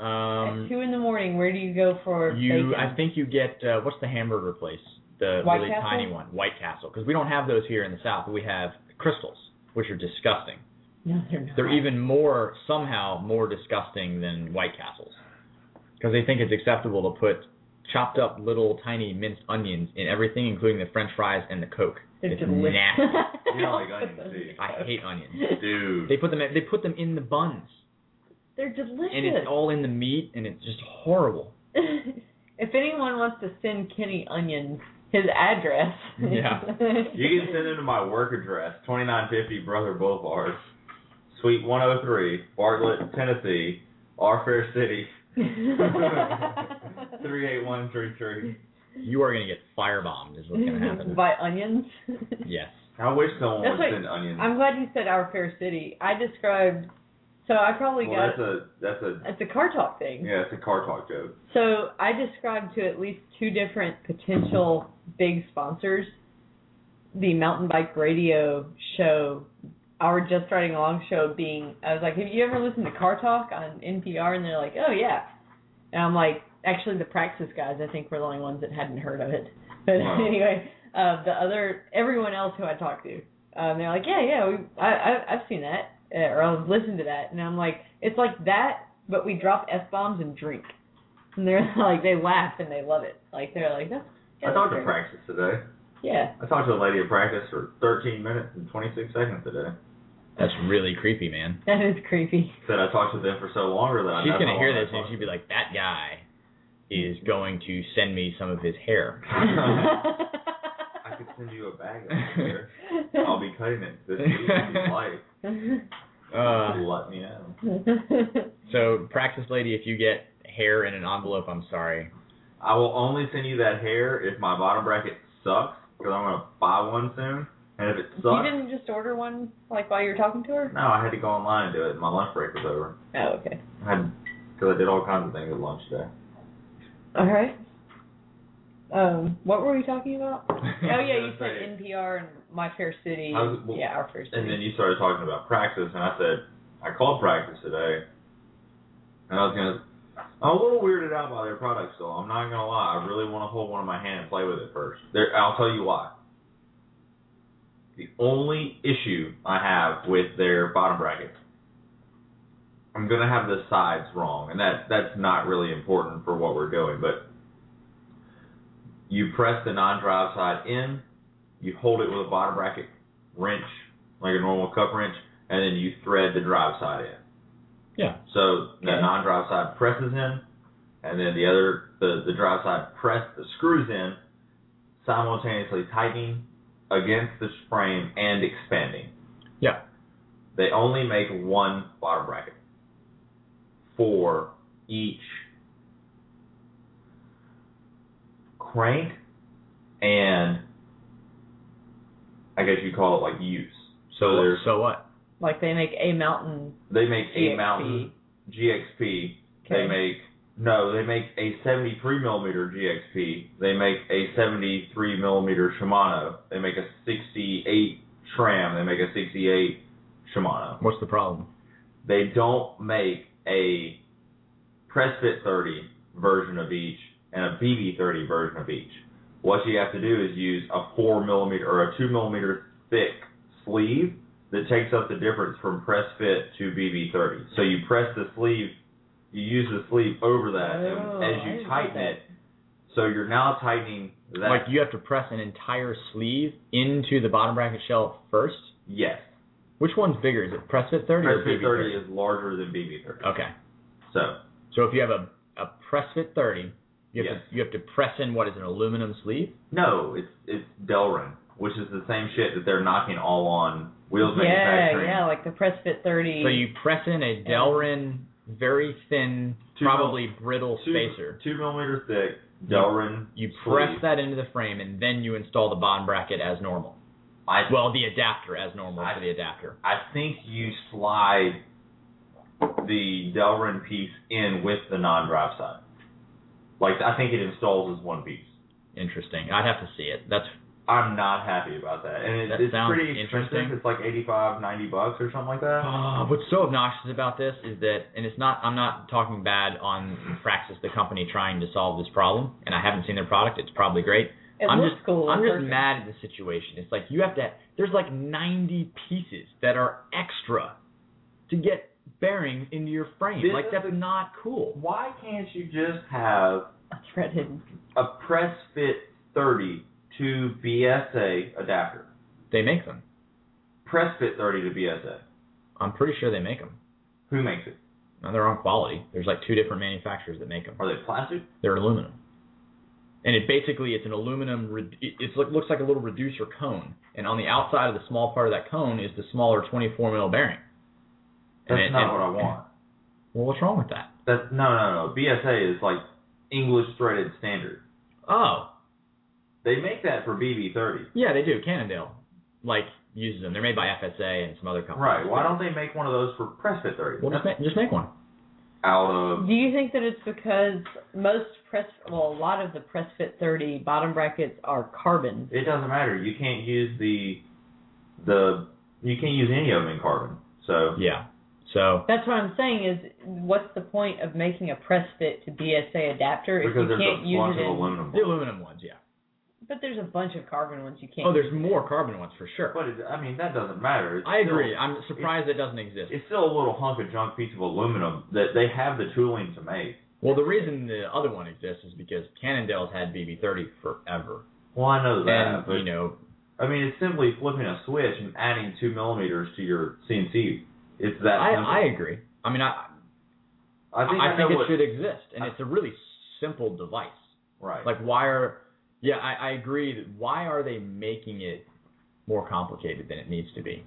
S4: Um,
S2: at two in the morning, where do you go for
S4: You,
S2: bacon?
S4: I think you get uh, what's the hamburger place? The
S2: White
S4: really
S2: Castle?
S4: tiny one, White Castle, because we don't have those here in the South. We have crystals, which are disgusting.
S2: no, they're not.
S4: They're even more somehow more disgusting than White Castles, because they think it's acceptable to put chopped up little tiny minced onions in everything, including the French fries and the Coke.
S2: They're
S4: it's
S2: delicious.
S4: nasty.
S3: You don't like onions, do you?
S4: I hate onions.
S3: Dude.
S4: They put them. in- They put them in the buns,
S2: They're delicious.
S4: and it's all in the meat, and it's just horrible.
S2: if anyone wants to send Kenny Onions his address,
S4: Yeah.
S3: You can send it to my work address, 2950 Brother Boulevard, Suite 103, Bartlett, Tennessee, our fair city, 38133.
S4: You are gonna get firebombed. Is what's gonna happen.
S2: By onions.
S4: Yes.
S3: I wish someone
S2: That's
S3: would
S2: like-
S3: send onions.
S2: I'm glad you said our fair city. I described So I probably
S3: well,
S2: got
S3: that's a that's a
S2: it's a car talk thing.
S3: yeah, it's a car talk joke.
S2: So I described to at least two different potential big sponsors the mountain bike radio show, our Just Riding Along show being. I was like, have you ever listened to Car Talk on NPR? And they're like, oh yeah. And I'm like, actually, the Praxis guys, I think, were the only ones that hadn't heard of it. But
S3: Wow.
S2: anyway, uh, the other everyone else who I talked to, um, they're like, yeah, yeah, we, I, I, I've seen that uh, or I've listened to that, and I'm like, it's like that, but we drop f bombs and drink. And they're like, they laugh and they love it. Like they're like, that's.
S3: I talked
S2: great."
S3: to practice today.
S2: Yeah.
S3: I talked to a lady at practice for 13 minutes and 26 seconds today.
S4: That's really creepy, man.
S2: That is creepy.
S3: Said I talked to them for so long that I
S4: She's
S3: that's
S4: gonna
S3: how
S4: hear
S3: long I
S4: this and
S3: talked.
S4: she'd be like, "That guy is going to send me some of his hair."
S3: I could send you a bag of hair. I'll be cutting it this week if you like.
S4: Uh,
S3: Let me know.
S4: so, practice lady, if you get hair in an envelope, I'm sorry.
S3: I will only send you that hair if my bottom bracket sucks, because I'm gonna buy one soon. And if it
S2: you
S3: sucks,
S2: didn't just order one like while you were talking to her?
S3: no, I had to go online and do it. My lunch break was over.
S2: Oh, okay.
S3: I had because I did all kinds of things at lunch today.
S2: All right. Um, what were we talking about? Oh yeah, you
S3: I was
S2: said
S3: gonna say-
S2: NPR and My Fair City.
S3: I was- well,
S2: yeah, our fair city.
S3: And then you started talking about practice, and I said, I called practice today, and I was gonna. I'm a little weirded out by their product still. I'm not gonna lie. I really want to hold one in my hand and play with it first. There, I'll tell you why. The only issue I have with their bottom bracket, I'm gonna have the sides wrong, and that that's not really important for what we're doing. But you press the non-drive side in, you hold it with a bottom bracket wrench, like a normal cup wrench, and then you thread the drive side in.
S4: Yeah.
S3: So the
S4: Yeah.
S3: non-drive side presses in, and then the other the the drive side press the screws in, simultaneously tightening against the frame and expanding.
S4: Yeah.
S3: They only make one bottom bracket for each crank and I guess you call it like use. So there's
S4: so what?
S2: like they make a mountain.
S3: they make
S2: GXP.
S3: a mountain GXP. They
S2: Okay.
S3: make no, they make a 73 millimeter GXP. They make a 73 millimeter Shimano. They make a 68 Tram. They make a 68 Shimano.
S4: What's the problem?
S3: They don't make a press fit 30 version of each and a BB 30 version of each. What you have to do is use a four millimeter or a two millimeter thick sleeve that takes up the difference from press fit to BB 30. So you press the sleeve, you use the sleeve over that,
S2: Oh,
S3: and as
S2: I
S3: you
S2: didn't know
S3: tighten
S2: that.
S3: it, so you're now tightening that.
S4: Like you have to press an entire sleeve into the bottom bracket shell first.
S3: yes,
S4: Which one's bigger? Is it press fit Uh, 30
S3: press
S4: or
S3: fit
S4: BB
S3: 30 is larger than BB 30.
S4: Okay.
S3: So
S4: So if you have a a press fit 30, you have
S3: Yes.
S4: to you have to press in what is an aluminum sleeve.
S3: No, it's it's Delrin, which is the same shit that they're knocking all on wheels
S2: Yeah,
S3: manufacturing.
S2: yeah, like the Press Fit 30.
S4: So you press in a Delrin very thin,
S3: Two mil-
S4: probably brittle
S3: Two,
S4: spacer.
S3: two millimeter thick Delrin.
S4: You
S3: sleeve.
S4: press that into the frame and then you install the bond bracket as normal.
S3: I
S4: Well, the adapter as normal
S3: I-
S4: for the adapter.
S3: I think you slide the Delrin piece in with the non-drive side. Like I think it installs as one piece.
S4: Interesting. I'd have to see it. That's
S3: I'm not happy about that, and it,
S4: That
S3: it's
S4: sounds
S3: pretty expensive.
S4: interesting.
S3: It's like 85, 90 bucks or something like that.
S4: Uh, what's so obnoxious about this is that, and it's not, I'm not talking bad on Fraxis, the company trying to solve this problem, and I haven't seen their product. It's probably great.
S2: it
S4: I'm
S2: looks
S4: just,
S3: Oh,
S2: cool.
S4: I'm just
S2: Perfect.
S4: mad at the situation. It's like you have to, there's like 90 pieces that are extra to get bearings into your frame.
S3: This
S4: like,
S3: is
S4: that's
S3: the-
S4: not cool.
S3: Why can't you just have
S2: A thread hidden.
S3: a press fit 30 to BSA adapter.
S4: They make them.
S3: Press fit 30 to BSA.
S4: I'm pretty sure they make them.
S3: Who makes it?
S4: Now, they're on quality. There's like two different manufacturers that make them.
S3: Are they plastic?
S4: They're aluminum. And it basically it's an aluminum. re- It it's like- looks like a little reducer cone, and on the outside of the small part of that cone is the smaller 24 mil bearing. And
S3: That's
S4: it-
S3: not
S4: and-
S3: what I want.
S4: Well, what's wrong with that?
S3: That's no, no, no. BSA is like English threaded standard.
S4: Oh,
S3: They make that for BB 30.
S4: yeah, they do Cannondale. like uses them. They're made by FSA and some other companies.
S3: Right. Why don't they make one of those for press fit 30?
S4: Well, just make, just make one.
S3: Out of
S2: Do you think that it's because most press, well, a lot of the press fit 30 bottom brackets are carbon?
S3: it doesn't matter. You can't use the the you can't use any of them in carbon. So
S4: Yeah. So
S2: That's what I'm saying is, what's the point of making a press fit to BSA adapter if
S3: because
S2: you
S3: there's
S2: can't
S3: a
S2: use
S3: bunch
S2: it?
S3: of
S2: In,
S3: aluminum.
S4: the aluminum ones, yeah.
S2: but there's a bunch of carbon ones you can't.
S4: Oh, there's more carbon ones for sure.
S3: But it, I mean that doesn't matter. It's
S4: I
S3: still-
S4: agree. I'm surprised it doesn't exist.
S3: it's still a little hunk of junk piece of aluminum that they have the tooling to make.
S4: Well, the reason the other one exists is because Cannondale's had BB30 forever,
S3: Well, I know that,
S4: and
S3: but
S4: you know,
S3: I mean it's simply flipping a switch and adding two millimeters to your CNC. It's that. simple.
S4: I I agree. I mean, I
S3: I think
S4: I
S3: know
S4: think it
S3: what,
S4: should exist, and
S3: I-
S4: it's a really simple device.
S3: right.
S4: Like, why are, yeah, I, I agree. That why are they making it more complicated than it needs to be?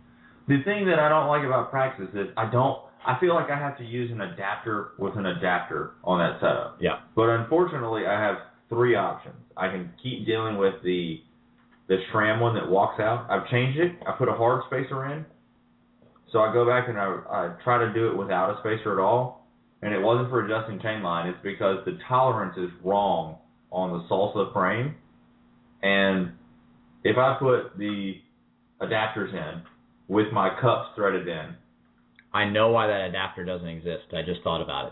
S3: The thing that I don't like about Praxis is I don't. I feel like I have to use an adapter with an adapter on that setup.
S4: Yeah.
S3: But unfortunately, I have three options. I can keep dealing with the the SRAM one that walks out. I've changed it. I put a hard spacer in. So I go back and I, I try to do it without a spacer at all. And it wasn't for adjusting chain line. It's because the tolerance is wrong on the salsa frame. And if I put the adapters in, with my cups threaded in.
S4: I know why that adapter doesn't exist. I just thought about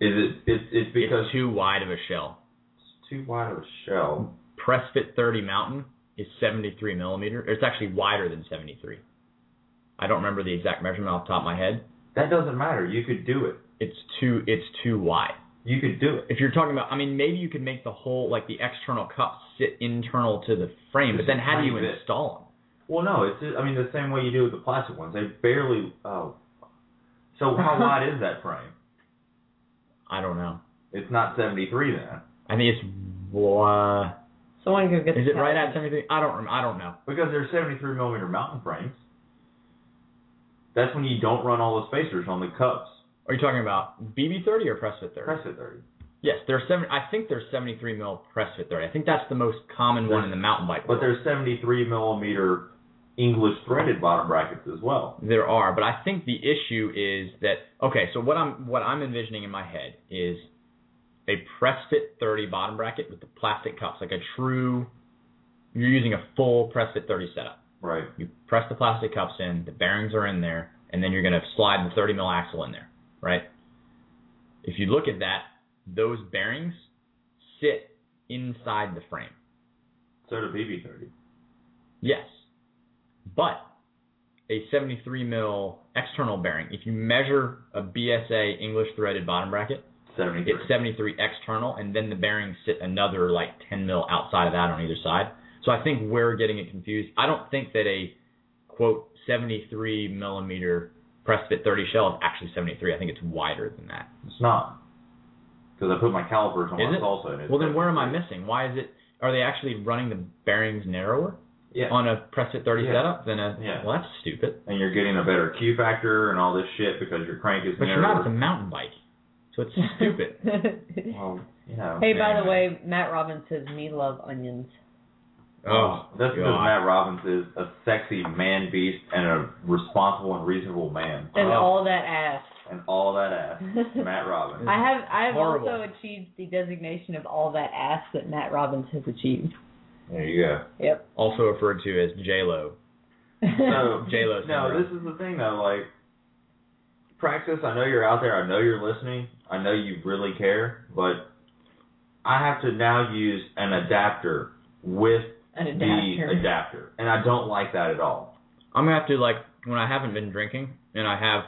S4: it.
S3: Is it? It's, it's because
S4: it's too wide of a shell.
S3: it's too wide of a shell.
S4: Pressfit 30 Mountain is 73 millimeter. It's actually wider than 73. I don't remember the exact measurement off the top of my head.
S3: That doesn't matter. You could do it.
S4: It's too it's too wide.
S3: You could do it.
S4: If you're talking about, I mean, maybe you could make the whole like the external cup sit internal to the frame, but
S3: Just
S4: then how do you
S3: tiny bit.
S4: install them?
S3: Well, no. It's just, I mean the same way you do with the plastic ones. They barely. Oh. So how wide is that frame?
S4: I don't know.
S3: It's not 73 then,
S4: I think it's uh,
S2: Someone could get.
S4: is
S2: the
S4: it right
S2: cal-
S4: at seventy? I don't rem- I don't know.
S3: because there's 73 millimeter mountain frames. That's when you don't run all the spacers on the cups.
S4: Are you talking about BB thirty or Pressfit thirty?
S3: Press it 30.
S4: yes, there's seven. I think there's seventy three mil Pressfit thirty. I think that's the most common one in the mountain bike.
S3: But
S4: world.
S3: there's 73 millimeter English threaded bottom brackets as well.
S4: there are, but I think the issue is that okay. So what I'm what I'm envisioning in my head is a Pressfit thirty bottom bracket with the plastic cups, like a true. You're using a full Pressfit thirty setup.
S3: Right.
S4: you press the plastic cups in, the bearings are in there, and then you're going to slide the 30 mil axle in there, right? If you look at that, those bearings sit inside the frame.
S3: So do BB30.
S4: Yes, but a 73 mil external bearing, if you measure a BSA English threaded bottom bracket,
S3: 73.
S4: it's 73 external, and then the bearings sit another like 10 mil outside of that on either side. So I think we're getting it confused. I don't think that a quote 73 millimeter press fit 30 shell is actually 73. I think it's wider than that.
S3: It's not. Because I put my calipers on
S4: Is
S3: my
S4: it?
S3: salsa. And it's
S4: Well, then where am I missing? Why is it? Are they actually running the bearings narrower
S3: Yeah.
S4: on a press fit 30
S3: Yeah.
S4: setup than a?
S3: Yeah.
S4: Well, that's stupid.
S3: And you're getting a better Q factor and all this shit because your crank is
S4: But you're not. It's a
S3: narrower.
S4: mountain bike, so it's stupid.
S3: Well, you know.
S2: hey, by the way, Matt Robbins says me love onions.
S4: oh,
S3: That's because
S4: God.
S3: Matt Robbins is a sexy man beast and a responsible and reasonable man.
S2: And
S4: Oh.
S2: all that ass.
S3: And all that ass. Matt Robbins.
S2: I have I have
S4: Horrible.
S2: also achieved the designation of all that ass that Matt Robbins has achieved.
S3: There you go.
S2: Yep.
S4: Also referred to as J Lo.
S3: So,
S4: J-Lo
S3: No,
S4: syndrome.
S3: this is the thing though. Like, practice. I know you're out there. I know you're listening. I know you really care. But I have to now use an adapter with
S2: An
S3: the
S2: adapter.
S3: adapter, and I don't like that at all.
S4: I'm gonna have to like when I haven't been drinking and I have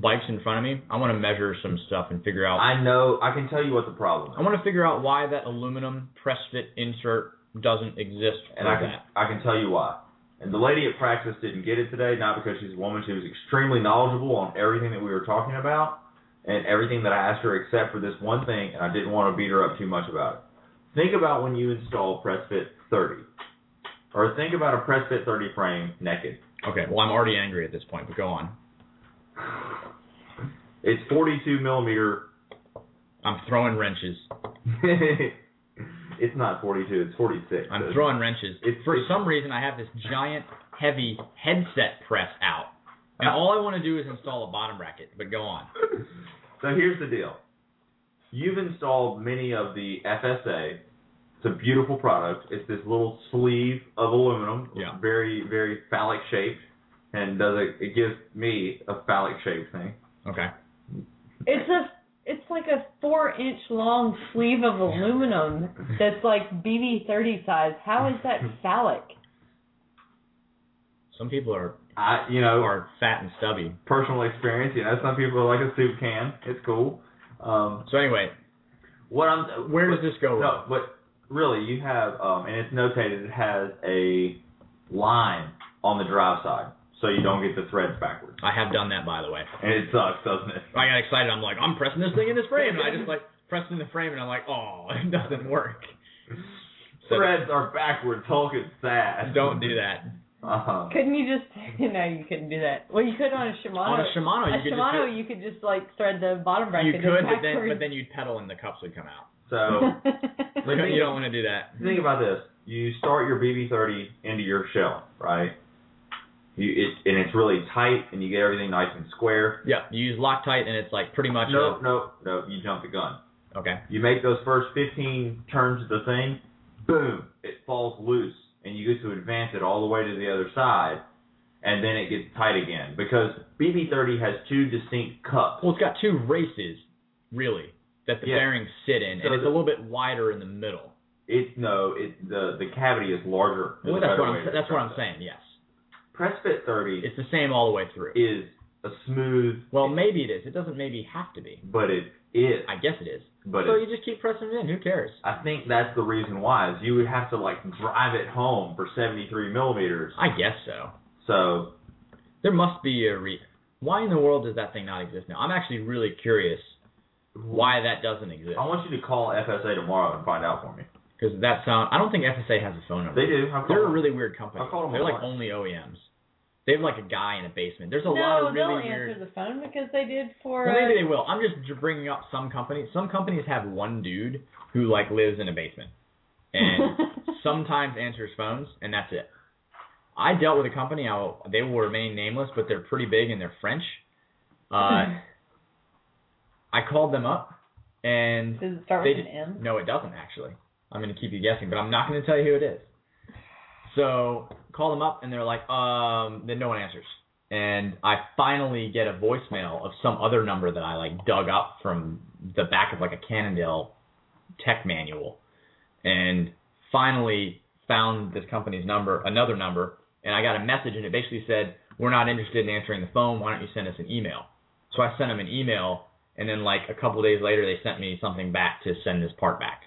S4: bikes in front of me, I want to measure some stuff and figure out. I,
S3: I know. I can tell you what the problem is,
S4: want to figure out why that aluminum press fit insert doesn't exist for
S3: and I can
S4: that.
S3: I can tell you why. And the lady at practice didn't get it today, not because she's a woman. She was extremely knowledgeable on everything that we were talking about and everything that I asked her except for this one thing, and I didn't want to beat her up too much about it. Think about when you install PressFit 30, or think about a PressFit 30 frame naked.
S4: Okay, well I'm already angry at this point, but go on.
S3: It's 42 millimeter.
S4: I'm throwing wrenches.
S3: it's not 42, it's 46.
S4: I'm throwing wrenches.
S3: It's-
S4: for
S3: it's-
S4: some reason I have this giant heavy headset press out. And
S3: Ah.
S4: all I want to do is install a bottom bracket, but go on.
S3: So here's the deal. You've installed many of the FSA. It's a beautiful product. It's this little sleeve of aluminum,
S4: Yeah.
S3: very very phallic shaped, and does a, it gives me a phallic shaped thing.
S4: Okay.
S2: It's a it's like a four inch long sleeve of aluminum that's like BB thirty size. How is that phallic?
S4: Some people are
S3: I you know
S4: are fat and stubby.
S3: personal experience. You know some people are like a soup can. It's cool. Um,
S4: So anyway,
S3: what I'm
S4: where does this go wrong?
S3: No, but really, you have, um, and it's notated. It has a line on the drive side, so you don't get the threads backwards,
S4: I have done that by the way.
S3: and it sucks, doesn't it?
S4: I got excited. I'm like, I'm pressing this thing in this frame, and I just like pressed in the frame, and I'm like, oh, it doesn't work. So
S3: Threads are backwards. Hulk is sad.
S4: don't do that.
S3: Uh-huh.
S2: Couldn't you just no, you couldn't do that. Well, you could on a Shimano.
S4: On a Shimano, you
S2: a
S4: could
S2: Shimano, you could just like thread the bottom
S4: just you
S2: bracket.
S4: could, but then but
S2: backwards.
S4: then you'd pedal, and the cups would come out.
S3: So
S4: You don't, you don't want to do that.
S3: think about this: you start your BB30 into your shell, right? You it, and it's really tight, and you get everything nice and square.
S4: Yeah, you use Loctite, and it's like pretty much
S3: No, no, no! You jump the gun.
S4: a, okay.
S3: You make those first 15 turns of the thing, boom, it falls loose, and you get to advance it all the way to the other side, and then it gets tight again because BB30 has two distinct cups.
S4: Well, it's got two races really that the
S3: Yeah.
S4: bearings sit in,
S3: So
S4: and it's
S3: the-
S4: a little bit wider in the middle.
S3: It's no, it the the cavity is larger. is
S4: Well,
S3: a
S4: that's
S3: better
S4: what
S3: way
S4: I'm
S3: to
S4: that's what I'm
S3: describe
S4: saying. Yes,
S3: it. Press Fit 30
S4: it's the same all the way through.
S3: is a smooth,
S4: Well, maybe it is. It doesn't maybe have to be.
S3: but it is,
S4: I guess it is.
S3: but
S4: so
S3: it,
S4: you just keep pressing it in. Who cares?
S3: I think that's the reason why is you would have to like drive it home for 73 millimeters.
S4: I guess so.
S3: So
S4: There must be a re. Why in the world does that thing not exist now? I'm actually really curious why that doesn't exist.
S3: I want you to call FSA tomorrow and find out for me.
S4: Because that sound. I don't think FSA has a phone number.
S3: They do. I've
S4: They're a
S3: called-
S4: really weird company.
S3: I call them
S4: They're
S3: a
S4: like
S3: lot.
S4: only OEMs. They have like a guy in a basement. There's a lot
S2: no,
S4: of
S2: they'll
S4: really
S2: answer
S4: weird.
S2: the phone because they did for.
S4: Well,
S2: uh,
S4: maybe they will. I'm just j- bringing up some companies. Some companies have one dude who like lives in a basement and sometimes answers phones, and that's it. I dealt with a company. I will, they will remain nameless, but they're pretty big and they're French. Uh, I called them up, and
S2: Does it start
S4: they
S2: with an
S4: d-
S2: M?
S4: no, it doesn't actually. I'm going to keep you guessing, but I'm not going to tell you who it is. So call them up, and they're like, um, then no one answers. And I finally get a voicemail of some other number that I like dug up from the back of like a Cannondale tech manual, and finally found this company's number, another number, and I got a message, and it basically said, "We're not interested in answering the phone. Why don't you send us an email?" So I sent them an email and then like a couple days later they sent me something back to send this part back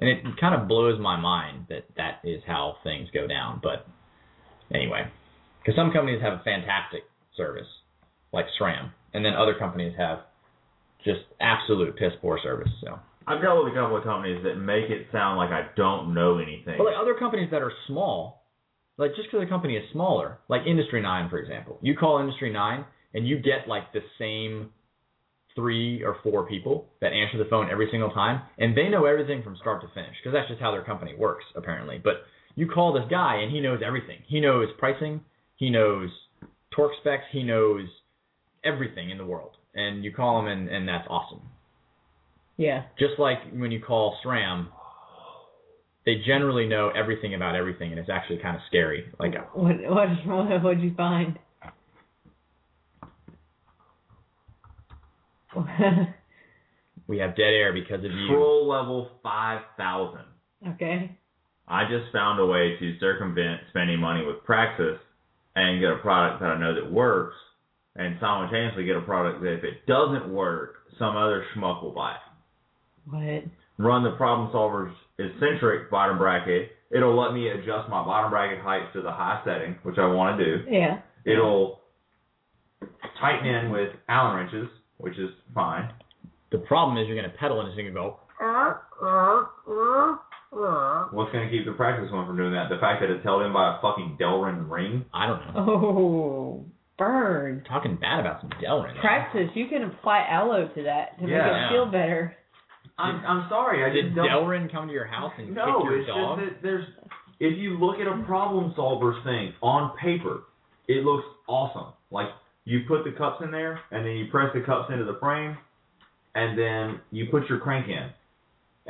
S4: and it kind of blows my mind that that is how things go down but anyway because some companies have a fantastic service like sram and then other companies have just absolute piss poor service so
S6: I've dealt with a couple of companies that make it sound like I don't know anything.
S4: but like other companies that are small like just because a company is smaller like industry 9 for example you call industry 9 and you get like the same three or four people that answer the phone every single time, and they know everything from start to finish because that's just how their company works, apparently. But you call this guy, and he knows everything. He knows pricing, he knows torque specs, he knows everything in the world. And you call him, and, and that's awesome.
S2: Yeah.
S4: Just like when you call SRAM, they generally know everything about everything, and it's actually kind of scary. Like,
S2: What what what would you find?
S4: we have dead air because of you.
S6: Troll level 5,000.
S2: okay.
S6: I just found a way to circumvent spending money with Praxis and get a product that I know that works, and simultaneously get a product that if it doesn't work, some other schmuck will buy it.
S2: What?
S6: Run the problem solver's eccentric bottom bracket.
S3: It'll let me adjust my bottom bracket height to the high setting, which I want to do.
S2: Yeah.
S3: It'll tighten in with Allen wrenches, which is fine.
S4: The problem is you're going to pedal, and it's going to go,
S3: What's going to keep the practice one from doing that? The fact that it's held in by a fucking Delrin ring?
S4: I don't know.
S2: Oh, burn.
S4: talking bad about some Delrin.
S2: Practice. You can apply aloe to that to make
S3: Yeah.
S2: it feel better.
S3: I'm, I'm sorry. I
S4: Did
S3: just don't.
S4: Delrin come to your house and
S3: No,
S4: kick your
S3: it's
S4: dog?
S3: just that there's if you look at a problem solvers thing on paper, it looks awesome. Like you put the cups in there and then you press the cups into the frame and then you put your crank in.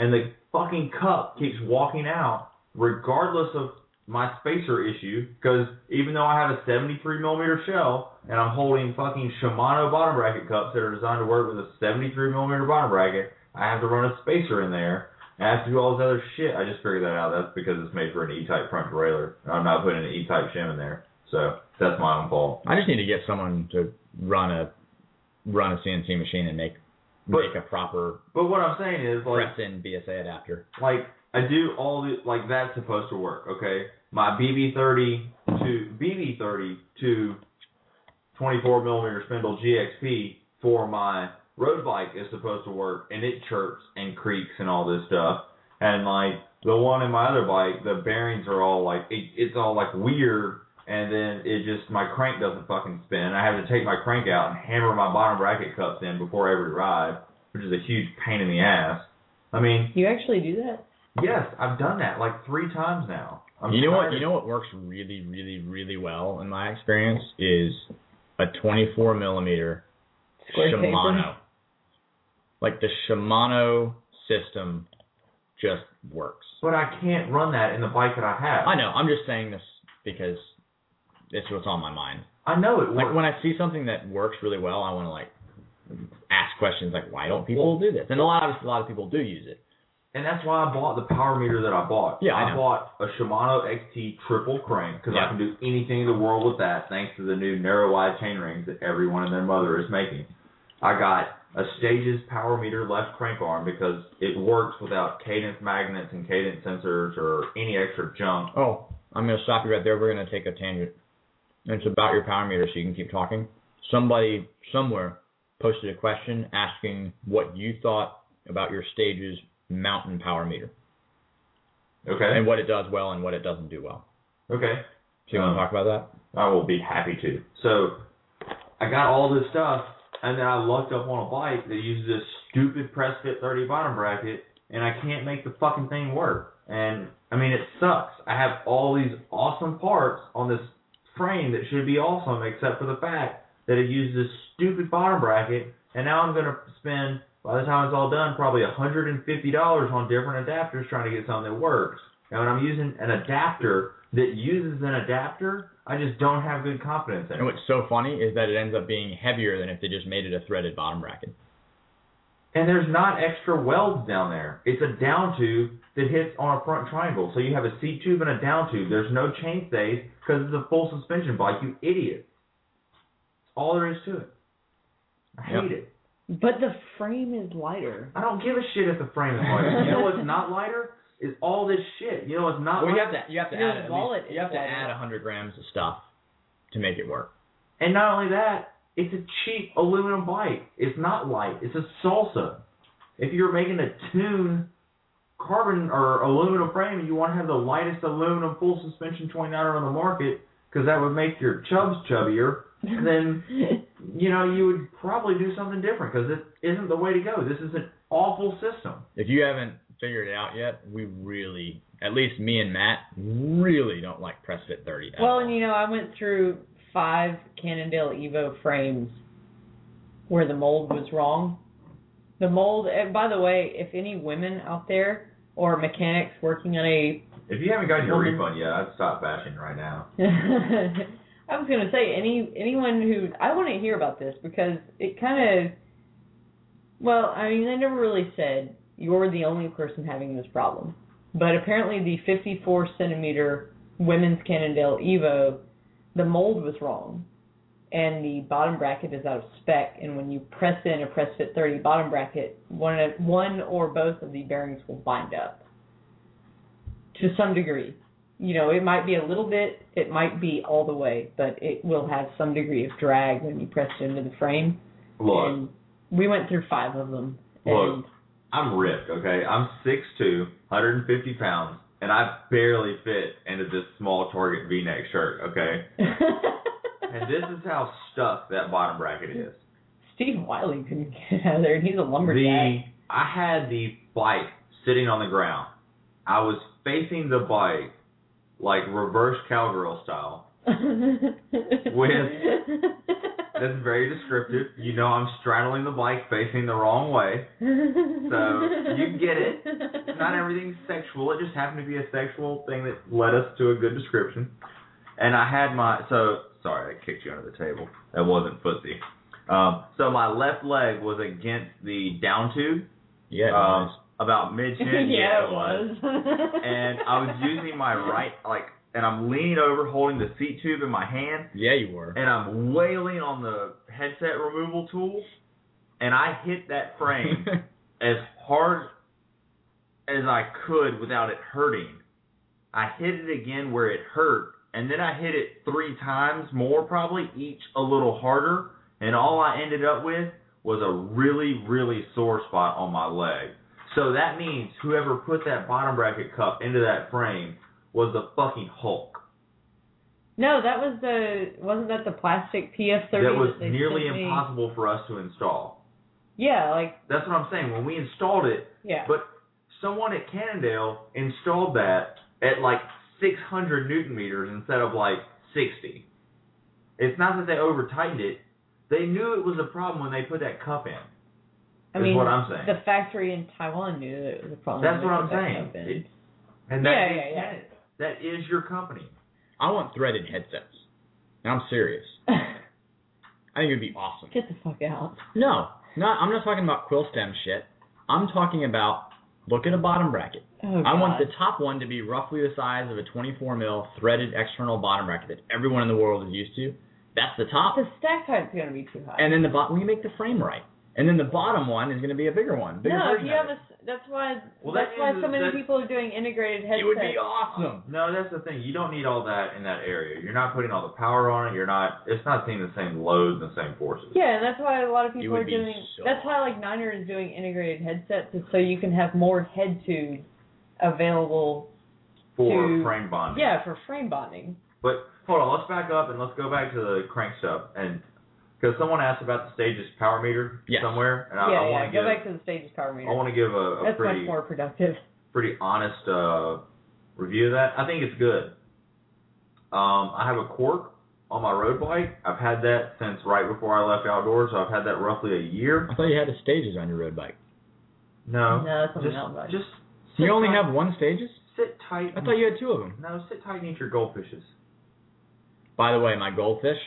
S3: And the fucking cup keeps walking out regardless of my spacer issue because even though I have a 73 millimeter shell and I'm holding fucking Shimano bottom bracket cups that are designed to work with a 73 millimeter bottom bracket, I have to run a spacer in there I have to do all this other shit. I just figured that out. That's because it's made for an E-type front derailleur. And I'm not putting an E-type shim in there, so that's my own fault.
S4: I just need to get someone to run a run a CNC machine and make
S3: But-
S4: make a proper
S3: But what I'm saying is, like,
S4: press in BSA adapter.
S3: like I do all the like that's supposed to work. Okay, my BB30 to BB30 to 24 millimeter spindle GXP for my road bike is supposed to work, and it chirps and creaks and all this stuff. And like the one in my other bike, the bearings are all like it, it's all like weird. And then it just my crank doesn't fucking spin. I have to take my crank out and hammer my bottom bracket cups in before every ride, which is a huge pain in the ass. I mean,
S2: You actually do that?
S3: Yes, I've done that like three times now. I'm
S4: you know what?
S3: tired
S4: You
S3: of-
S4: know what works really, really, really well in my experience is a 24 millimeter
S2: Square taper?
S4: Shimano. Like the Shimano system just works.
S3: But I can't run that in the bike that I have.
S4: I know. I'm just saying this because it's what's on my mind.
S3: I know it
S4: Like
S3: works.
S4: when I see something that works really well, I want to like ask questions like, why don't people do this? And a lot obviously a lot of people do use it.
S3: and that's why I bought the power meter that I bought.
S4: Yeah, I know.
S3: bought a Shimano XT triple crank because
S4: Yeah.
S3: I can do anything in the world with that thanks to the new narrow wide chain rings that everyone and their mother is making. I got a Stages power meter left crank arm because it works without cadence magnets and cadence sensors or any extra junk.
S4: Oh, I'm going to stop you right there. We're going to take a tangent. And It's about your power meter, so you can keep talking. Somebody somewhere posted a question asking what you thought about your stage's mountain power meter
S3: Okay.
S4: and what it does well and what it doesn't do well.
S3: Okay.
S4: So you want
S3: Um,
S2: Uh-huh.
S4: to talk about that?
S3: I will be happy to. So I got all this stuff, and then I lucked up on a bike that uses this stupid press fit 30 bottom bracket, and I can't make the fucking thing work. And I mean, it sucks. I have all these awesome parts on this frame that should be awesome, except for the fact that it uses this stupid bottom bracket, and now I'm gonna spend. By the time it's all done, probably $150 on different adapters trying to get something that works. And when I'm using an adapter that uses an adapter, I just don't have good confidence in it.
S4: And what's so funny is that it ends up being heavier than if they just made it a threaded bottom bracket.
S3: And there's not extra welds down there. It's a down tube that hits on a front triangle. So you have a C tube and a down tube. There's no chainstays because it's a full suspension bike, you idiot. That's all there is to it. I hate
S4: Yep.
S3: it.
S2: But the frame is lighter.
S3: I don't give a shit if the frame is lighter. you know what's not lighter? Is all this shit. You know what's not
S4: Well, you
S3: lighter?
S4: have to you have to
S2: Uh-huh. Your
S4: add at
S2: wallet
S4: least, you have to
S2: is
S4: add
S2: lighter.
S4: 100 grams of stuff to make it work.
S3: And not only that, it's a cheap aluminum bike. It's not light. It's a salsa. If you're making a tune carbon or aluminum frame and you want to have the lightest aluminum full suspension 29er on the market, because that would make your chubs chubbier, then you know you would probably do something different. Because this isn't the way to go. This is an awful system.
S4: If you haven't figured it out yet, we really, at least me and Matt, really don't like Press Fit 30. at
S2: Well,
S4: all.
S2: and you know, I went through five Cannondale Evo frames where the mold was wrong. The mold, and by the way, if any women out there or mechanics working on a,
S3: If you haven't gotten
S2: your
S3: refund yet, I'd stop bashing right now.
S2: I was going to say any anyone who I want to hear about this because it kind of, well, I mean, they never really said you're the only person having this problem, but apparently the 54 centimeter women's Cannondale Evo, the mold was wrong. and the bottom bracket is out of spec. And when you press in a press fit 30 bottom bracket, one of, one or both of the bearings will bind up to some degree. You know, it might be a little bit, it might be all the way, but it will have some degree of drag when you press it into the frame.
S3: Look,
S2: And we went through five of them.
S3: Look. I'm ripped, okay? I'm 6'2, 150 pounds, and I barely fit into this small Target v neck shirt, okay?
S2: And
S3: And this is how stuck that bottom bracket is.
S2: Steve Wiley couldn't get out of there, and he's a lumberjack.
S3: The I had the bike sitting on the ground. I was facing the bike like reverse cowgirl style.
S2: With
S3: That's very descriptive. You know I'm straddling the bike facing the wrong way. so, you get it. It's not everything's sexual. It just happened to be a sexual thing that led us to a good description. And I had my so sorry, I kicked you under the table. That wasn't footsie. Um, so my left leg was against the down tube,
S2: Uh-huh.
S4: Yeah.
S3: um, about mid chin.
S2: yeah, it was.
S3: And I was using my right like, and I'm leaning over, holding the seat tube in my hand,
S4: yeah, you were.
S3: and I'm wailing on the headset removal tool, and I hit that frame as hard as I could without it hurting. I hit it again where it hurt, and then I hit it three times more, probably each a little harder, and all I ended up with was a really, really sore spot on my leg. So that means whoever put that bottom bracket cup into that frame was the fucking Hulk.
S2: no, that was the wasn't that the plastic PF30?
S3: That was
S2: they
S3: nearly
S2: sent me?
S3: impossible for us to install.
S2: Yeah, like
S3: That's what I'm saying. When we installed it,
S2: yeah.
S3: But someone at Cannondale installed that at like 600 newton meters instead of like 60. It's not that they over tightened it. They knew it was a problem when they put that cup in.
S2: I
S3: is
S2: mean,
S3: what I'm saying.
S2: the factory in Taiwan knew that it was a problem.
S3: That's what
S2: They
S3: I'm
S2: put that
S3: saying.
S2: stuff in.
S3: It- and that
S2: Yeah,
S3: is
S2: yeah, yeah.
S3: Cannon- That is your company.
S4: I want threaded headsets. And I'm serious. I think it would be awesome.
S2: Get the fuck out.
S4: No, not. I'm not talking about quill stem shit. I'm talking about look at a bottom bracket.
S2: Oh,
S4: I want
S2: God.
S4: the top one to be roughly the size of a 24 mil threaded external bottom bracket that everyone in the world is used to. That's the top.
S2: The stack height's gonna be too high.
S4: And then the bottom, we make the frame right. And then the bottom one is going to be a bigger one. Bigger
S2: no, if
S4: version
S2: you
S4: of
S2: have
S4: it.
S2: a, s- that's why.
S3: Well,
S2: that's
S3: that
S2: why
S3: is-
S2: so many
S3: that-
S2: people are doing integrated headsets.
S4: it would be awesome.
S3: No, that's the thing. You don't need all that in that area. You're not putting all the power on it. You're not. It's not seeing the same loads and same forces.
S2: Yeah, and that's why a lot of
S4: It
S2: people
S4: would
S2: are
S4: be
S2: doing.
S4: so
S2: that's why like Niner is doing integrated headsets, is so you can have more head tubes available.
S3: For
S2: To-
S3: frame bonding.
S2: Yeah, for frame bonding.
S3: But hold on, let's back up and let's go back to the crank stuff and because someone asked about the stage's power meter
S4: Yes.
S3: somewhere, and I,
S2: yeah,
S3: I
S2: yeah.
S3: want
S2: Go
S3: to
S2: back to the stages power
S3: give
S2: meter.
S3: I want to give a, a
S2: that's
S3: pretty
S2: much more productive.
S3: pretty honest uh, review of that. I think it's good. Um, I have a cork on my road bike. I've had that since right before I left outdoors, so I've had that roughly a year.
S4: I thought you had the stages on your road bike.
S3: No,
S2: No, that's on the
S3: just
S2: mountain bike.
S3: just sit
S4: You only
S3: tight,
S4: have one stages?
S3: sit tight.
S4: I thought you had two of them.
S3: no, sit tight and eat your goldfishes.
S4: By the way, my goldfish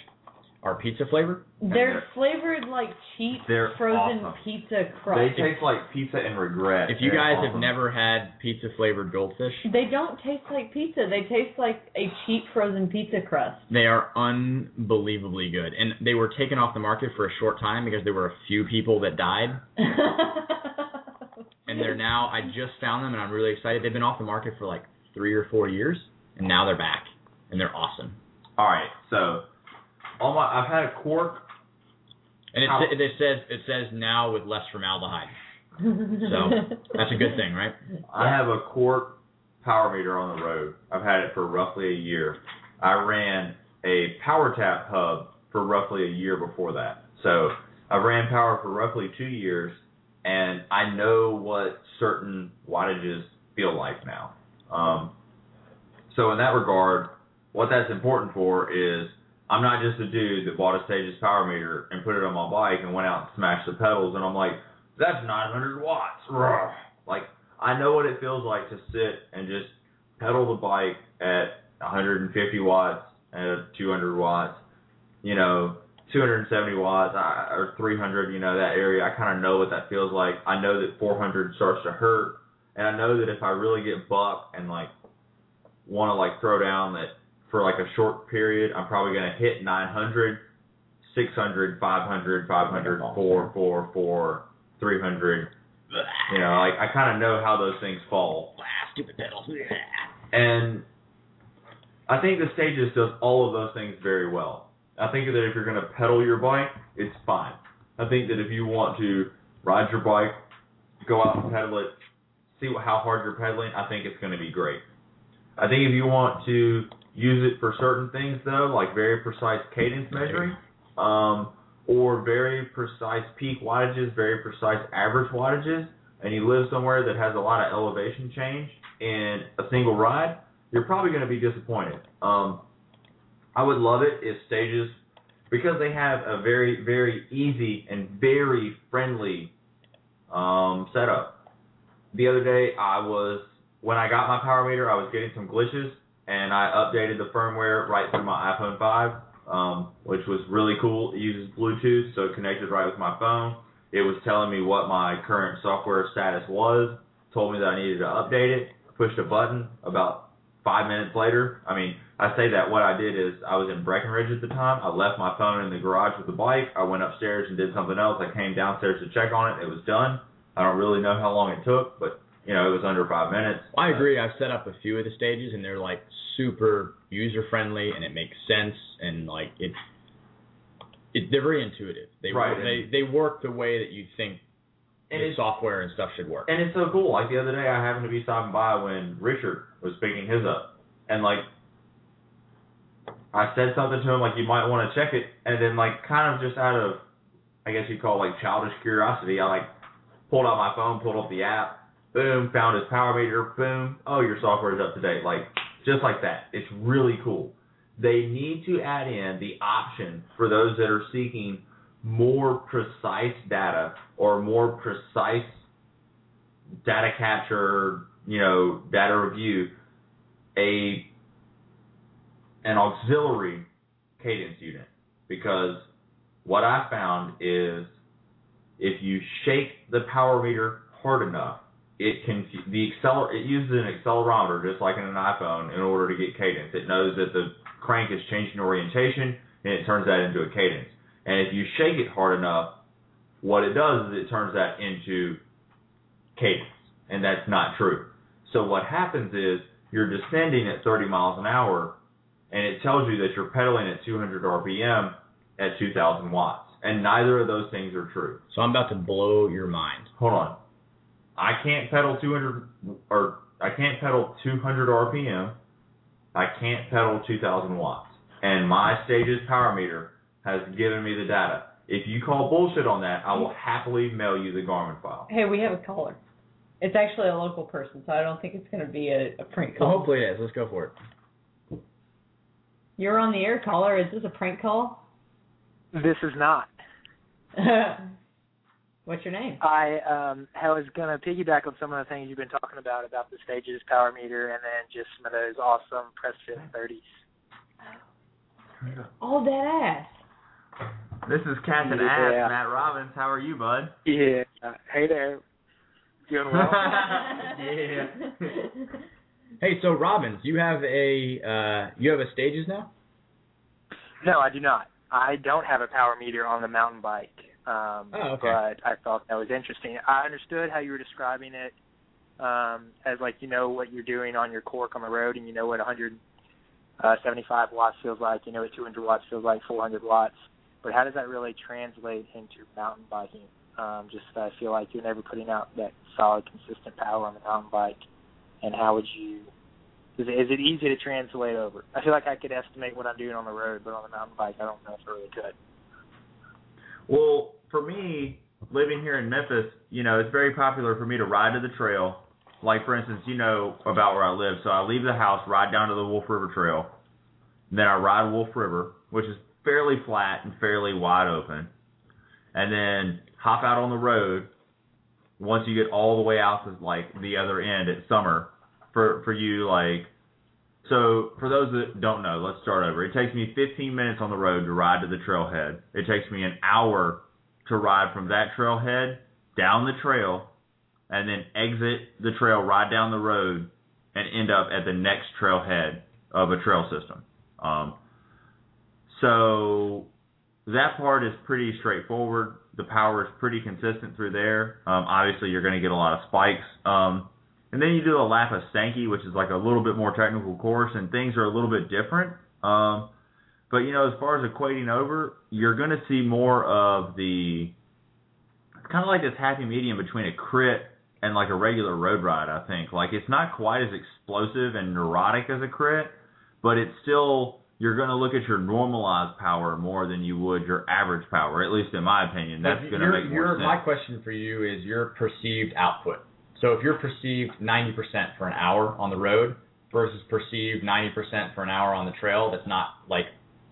S4: are pizza flavor.
S2: They're flavored like cheap
S3: They're
S2: frozen
S3: awesome.
S2: pizza
S3: They
S2: crust.
S3: taste like pizza and regret.
S4: If you
S3: They're
S4: guys have
S3: awesome.
S4: never had pizza flavored goldfish,
S2: They don't taste like pizza. They taste like a cheap frozen pizza crust.
S4: they are unbelievably good. And they were taken off the market for a short time because there were a few people that died. And they're now, I just found them and I'm really excited. They've been off the market for like three or four years. And now they're back. And they're awesome.
S3: All right, so all my I've had a cork.
S4: And it,
S3: How-
S4: sa- it says it says now with less formaldehyde. So that's a good thing, right?
S3: I have a cork power meter on the road. I've had it for roughly a year. I ran a power tap hub for roughly a year before that. So I ran power for roughly two years, and I know what certain wattages feel like now. Um, so in that regard, what that's important for is I'm not just a dude that bought a Stages power meter and put it on my bike and went out and smashed the pedals, and I'm like, that's 900 watts. Rawr. Like I know what it feels like to sit and just pedal the bike at 150 watts, at 200 watts, you know, 270 watts I- or 300, you know, that area. I kind of know what that feels like. I know that 400 starts to hurt, and I know that if I really get buck and like want to like throw down that for like a short period, I'm probably gonna hit 900, 600, 500, 500, 4, 4, 4, 300. You know, like I kind of know how those things fall.
S4: Stupid pedals.
S3: And I think the Stages does all of those things very well. I think that if you're going to pedal your bike, it's fine. I think that if you want to ride your bike, go out and pedal it, see what, how hard you're pedaling, I think it's going to be great. I think if you want to use it for certain things, though, like very precise cadence measuring, um, or very precise peak wattages, very precise average wattages, and you live somewhere that has a lot of elevation change in a single ride, you're probably going to be disappointed. Um, I would love it if stages, because they have a very, very easy and very friendly um, setup. The other day, I was when I got my power meter, I was getting some glitches, and I updated the firmware right through my iPhone 5, um, which was really cool. It uses Bluetooth, so it connected right with my phone. It was telling me what my current software status was, told me that I needed to update it, pushed a button. About five minutes later, I mean, I say that what I did is I was in Breckenridge at the time. I left my phone in the garage with the bike. I went upstairs and did something else. I came downstairs to check on it. It was done. I don't really know how long it took, but you know, it was under five minutes.
S4: I agree. I've set up a few of the stages, and they're like super user friendly, and it makes sense, and like it, it they're very intuitive. They
S3: Right,
S4: work, they they work the way that you think
S3: And
S4: the
S3: it's
S4: software and stuff should work.
S3: and it's so cool. Like the other day, I happened to be stopping by when Richard was picking his up, and like I said something to him like you might want to check it, and then like kind of just out of I guess you'd call like childish curiosity, I like pulled out my phone, pulled up the app, boom, found his power meter, boom, oh your software is up to date, like just like that. It's really cool. They need to add in the option for those that are seeking more precise data or more precise data capture, you know, data review, a an auxiliary cadence unit because what I found is if you shake the power meter hard enough, it can the acceler it uses an accelerometer just like in an iPhone in order to get cadence. It knows that the crank is changing orientation and it turns that into a cadence. And if you shake it hard enough, what it does is it turns that into cadence, and that's not true. So what happens is you're descending at 30 miles an hour, and it tells you that you're pedaling at 200 RPM at 2,000 watts, and neither of those things are true.
S4: So I'm about to blow your mind.
S3: Hold on, I can't pedal 200 or I can't pedal 200 RPM. I can't pedal 2,000 watts, and my stages power meter has given me the data. If you call bullshit on that, I will happily mail you the Garmin file.
S2: Hey, we have a caller. It's actually a local person, so I don't think it's going to be a, a prank
S4: Well,
S2: call.
S4: hopefully it is. Let's go for it.
S2: You're on the air, caller. Is this a prank call?
S7: This is not.
S2: What's your name?
S7: I um I was gonna piggyback on some of the things you've been talking about about the stages, power meter, and then just some of those awesome press fit thirties.
S2: All that ass.
S3: This is Cat and
S7: Yeah.
S3: Ass, Matt Robbins. How are you, bud?
S7: Yeah. Uh, hey there. Doing well.
S3: yeah.
S4: Hey, so Robbins, you have a uh, you have a stages now.
S7: no, I do not. I don't have a power meter on the mountain bike. Um
S4: Oh, okay.
S7: but I thought that was interesting. I understood how you were describing it um as like you know what you're doing on your cork on the road and you know what 175 watts feels like, you know what 200 watts feels like, 400 watts. But how does that really translate into mountain biking? Um just I feel like you're never putting out that solid consistent power on the mountain bike and how would you is it, is it easy to translate over? I feel like I could estimate what I'm doing on the road, but on the mountain bike, I don't know if I really could.
S3: Well, for me, living here in Memphis, you know, it's very popular for me to ride to the trail. Like, for instance, you know about where I live, so I leave the house, ride down to the Wolf River Trail, then I ride Wolf River, which is fairly flat and fairly wide open, and then hop out on the road. Once you get all the way out to like the other end at Summer, for for you like, so for those that don't know, let's start over. It takes me 15 minutes on the road to ride to the trailhead. It takes me an hour to ride from that trailhead down the trail and then exit the trail, ride down the road, and end up at the next trailhead of a trail system. Um, so that part is pretty straightforward. The power is pretty consistent through there. Um, obviously, you're going to get a lot of spikes. Um, and then you do a lap of Stanky, which is like a little bit more technical course, and things are a little bit different. Um, but you know, as far as equating over, you're going to see more of the. It's kind of like this happy medium between a crit and like a regular road ride. I think like it's not quite as explosive and neurotic as a crit, but it's still you're going to look at your normalized power more than you would your average power. At least in my opinion, that's going to
S4: Your-
S3: make more
S4: your-
S3: sense.
S4: My question for you is your perceived output. So if you're perceived 90% for an hour on the road, versus perceived 90% for an hour on the trail that's not like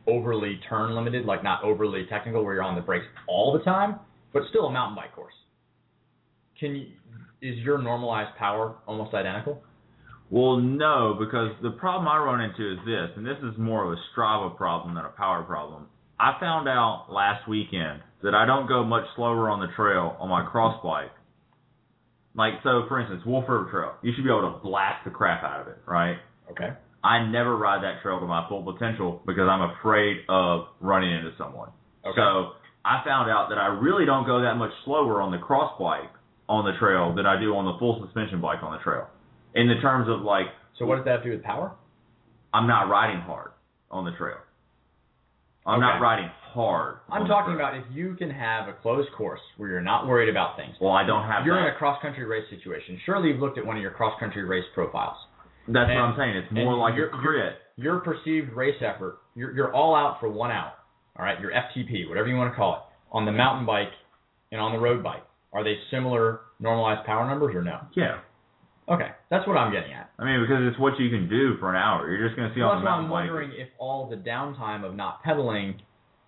S4: overly turn limited, like not overly technical where you're on the brakes all the time, but still a mountain bike course. Can you, is your normalized power almost identical?
S6: Well, no, because the problem I run into is this, and this is more of a Strava problem than a power problem. I found out last weekend that I don't go much slower on the trail on my cross bike. Like, so for instance, Wolf River Trail, you should be able to blast the crap out of it, right?
S4: Okay.
S6: I never ride that trail to my full potential because I'm afraid of running into someone.
S4: Okay.
S6: So I found out that I really don't go that much slower on the cross bike on the trail than I do on the full suspension bike on the trail. In the terms of like,
S4: So what does that have to do with power?
S6: I'm not riding hard on the trail. I'm not
S4: Okay.
S6: riding hard.
S4: I'm
S6: on the
S4: talking
S6: trail.
S4: about if you can have a closed course where you're not worried about things.
S6: Well, I don't have
S4: You're
S6: that.
S4: in a cross country race situation. Surely you've looked at one of your cross country race profiles.
S6: That's
S4: and-
S6: what I'm saying. It's
S4: and
S6: more like
S4: you're-
S6: a crit.
S4: Your perceived race effort, you're, you're all out for one hour. All right, your FTP, whatever you want to call it, on the mountain bike and on the road bike. Are they similar normalized power numbers or no?
S6: Yeah.
S4: Okay, that's what I'm getting at.
S6: I mean, because it's what you can do for an hour. You're just going to see
S4: Well,
S6: on
S4: that's
S6: the
S4: why
S6: mountain
S4: I'm
S6: bike.
S4: wondering if all the downtime of not pedaling,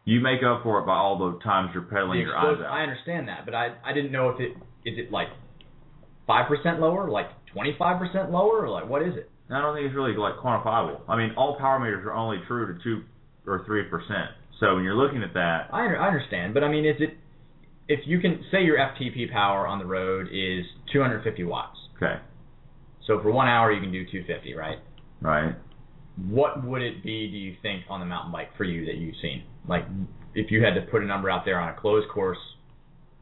S6: You make up for it by all the times you're
S4: the
S6: pedaling your eyes
S4: explosion,
S6: out.
S4: I understand that, but I, I didn't know if it is it like five percent lower, like twenty five percent lower, or like what is it?
S6: I don't think it's really like quantifiable. I mean, all power meters are only true to two or three percent. So when you're looking at that,
S4: I, under- I understand, but I mean, is it if you can say your FTP power on the road is 250 watts,
S6: okay,
S4: so for one hour you can do 250, right?
S6: right?
S4: What would it be, do you think, on the mountain bike for you that you've seen? Like, if you had to put a number out there on a closed course,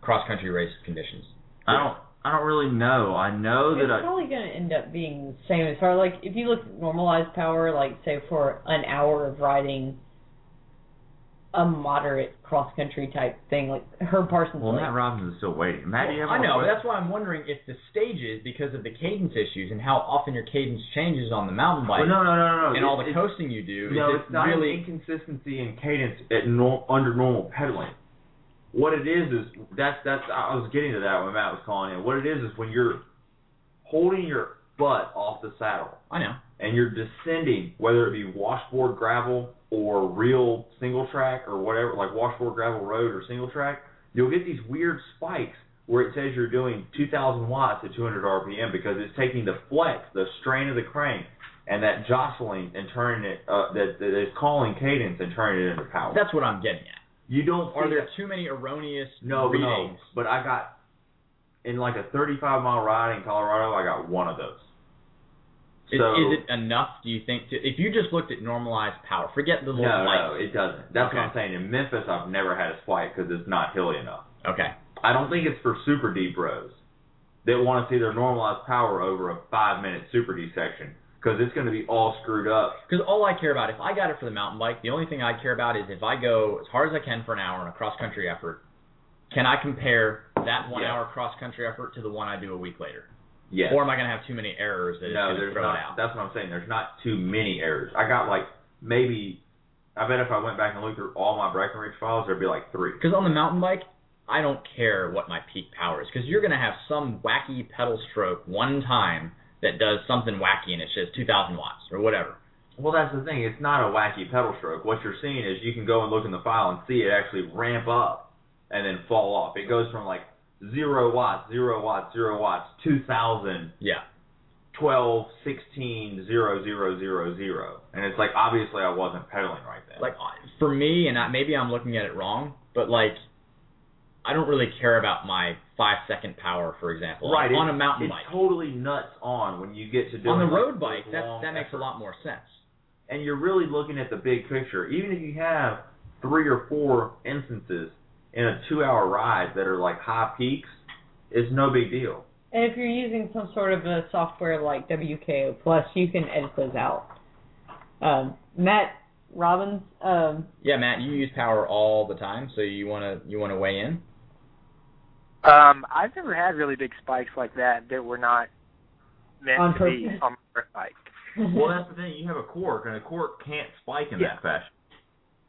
S4: cross country race conditions.
S6: I don't, I don't really know. I know
S2: It's
S6: that I,
S2: probably going to end up being the same as far like if you look at normalized power, like say for an hour of riding a moderate cross country type thing, like Herb Parsons.
S6: well,
S2: like,
S6: Matt Robbins is still waiting. Matt, do you have a
S4: I know, but
S6: question?
S4: that's why I'm wondering if the stages, because of the cadence issues and how often your cadence changes on the mountain bike
S3: Well, no, no, no, no.
S4: and
S3: It's-
S4: all the
S3: it's-
S4: coasting you do,
S3: No,
S4: is
S3: it's
S4: it
S3: not
S4: really
S3: an inconsistency in cadence at nor- under normal pedaling. What it is is that's that's I was getting to that when Matt was calling in. What it is is when you're holding your butt off the saddle
S4: I know.
S3: and you're descending, whether it be washboard gravel or real single track or whatever, like washboard gravel road or single track, you'll get these weird spikes where it says you're doing 2,000 watts at 200 RPM because it's taking the flex, the strain of the crank, and that jostling and turning it, uh, that, that is calling cadence and turning it into power.
S4: That's what I'm getting at.
S3: you don't
S4: Are
S3: see
S4: there
S3: that-
S4: too many erroneous
S3: no, but no,
S4: readings?
S3: but I got in like a 35 mile ride in Colorado, I got one of those.
S4: Is,
S3: So-
S4: is it enough? Do you think? To, if you just looked at normalized power, forget the little
S3: No, no,
S4: lights.
S3: it doesn't. That's what I'm
S4: Okay.
S3: saying. In Memphis, I've never had a spike because it's not hilly enough.
S4: Okay,
S3: I don't think it's for super deep rows that want to see their normalized power over a five minute super D section because it's going to be all screwed up.
S4: because all I care about, if I got it for the mountain bike, the only thing I care about is if I go as hard as I can for an hour in a cross country effort, can I compare that one
S3: Yeah.
S4: hour cross country effort to the one I do a week later?
S3: Yes.
S4: Or am I going to have too many errors that
S3: no,
S4: it's going to
S3: there's
S4: throw
S3: not.
S4: it out?
S3: That's what I'm saying. There's not too many errors. I got like maybe. I bet if I went back and looked through all my Breckenridge files, there'd be like three.
S4: Because on the mountain bike, I don't care what my peak power is. Because you're going to have some wacky pedal stroke one time that does something wacky and it says 2,000 watts or whatever.
S3: Well, that's the thing. It's not a wacky pedal stroke. What you're seeing is you can go and look in the file and see it actually ramp up and then fall off. It goes from like zero watts, zero watts, zero watts, 2,000,
S4: Yeah.
S3: 12, 16, 0, 0, 0, 0. And it's like, obviously, I wasn't pedaling right then.
S4: like for me and I, maybe i'm looking at it wrong but like i don't really care about my five second power for example
S3: right.
S4: on
S3: it's-
S4: a mountain
S3: it's
S4: bike
S3: totally nuts on when you get to doing
S4: on the
S3: like,
S4: road bike that
S3: long
S4: that makes a
S3: effort.
S4: lot more sense
S3: and you're really looking at the big picture. Even if you have three or four instances in a two hour ride that are like high peaks, it's no big deal.
S2: And if you're using some sort of a software like WKO Plus, you can edit those out. Um, Matt Robbins, um,
S4: yeah matt you use power all the time so you want to you want to weigh in
S7: Um, I've never had really big spikes like that that were not meant
S2: On
S7: to be
S2: purpose.
S7: on my road bike.
S6: Well, that's the thing. You have a cork, and a cork can't spike in
S7: Yeah.
S6: that fashion.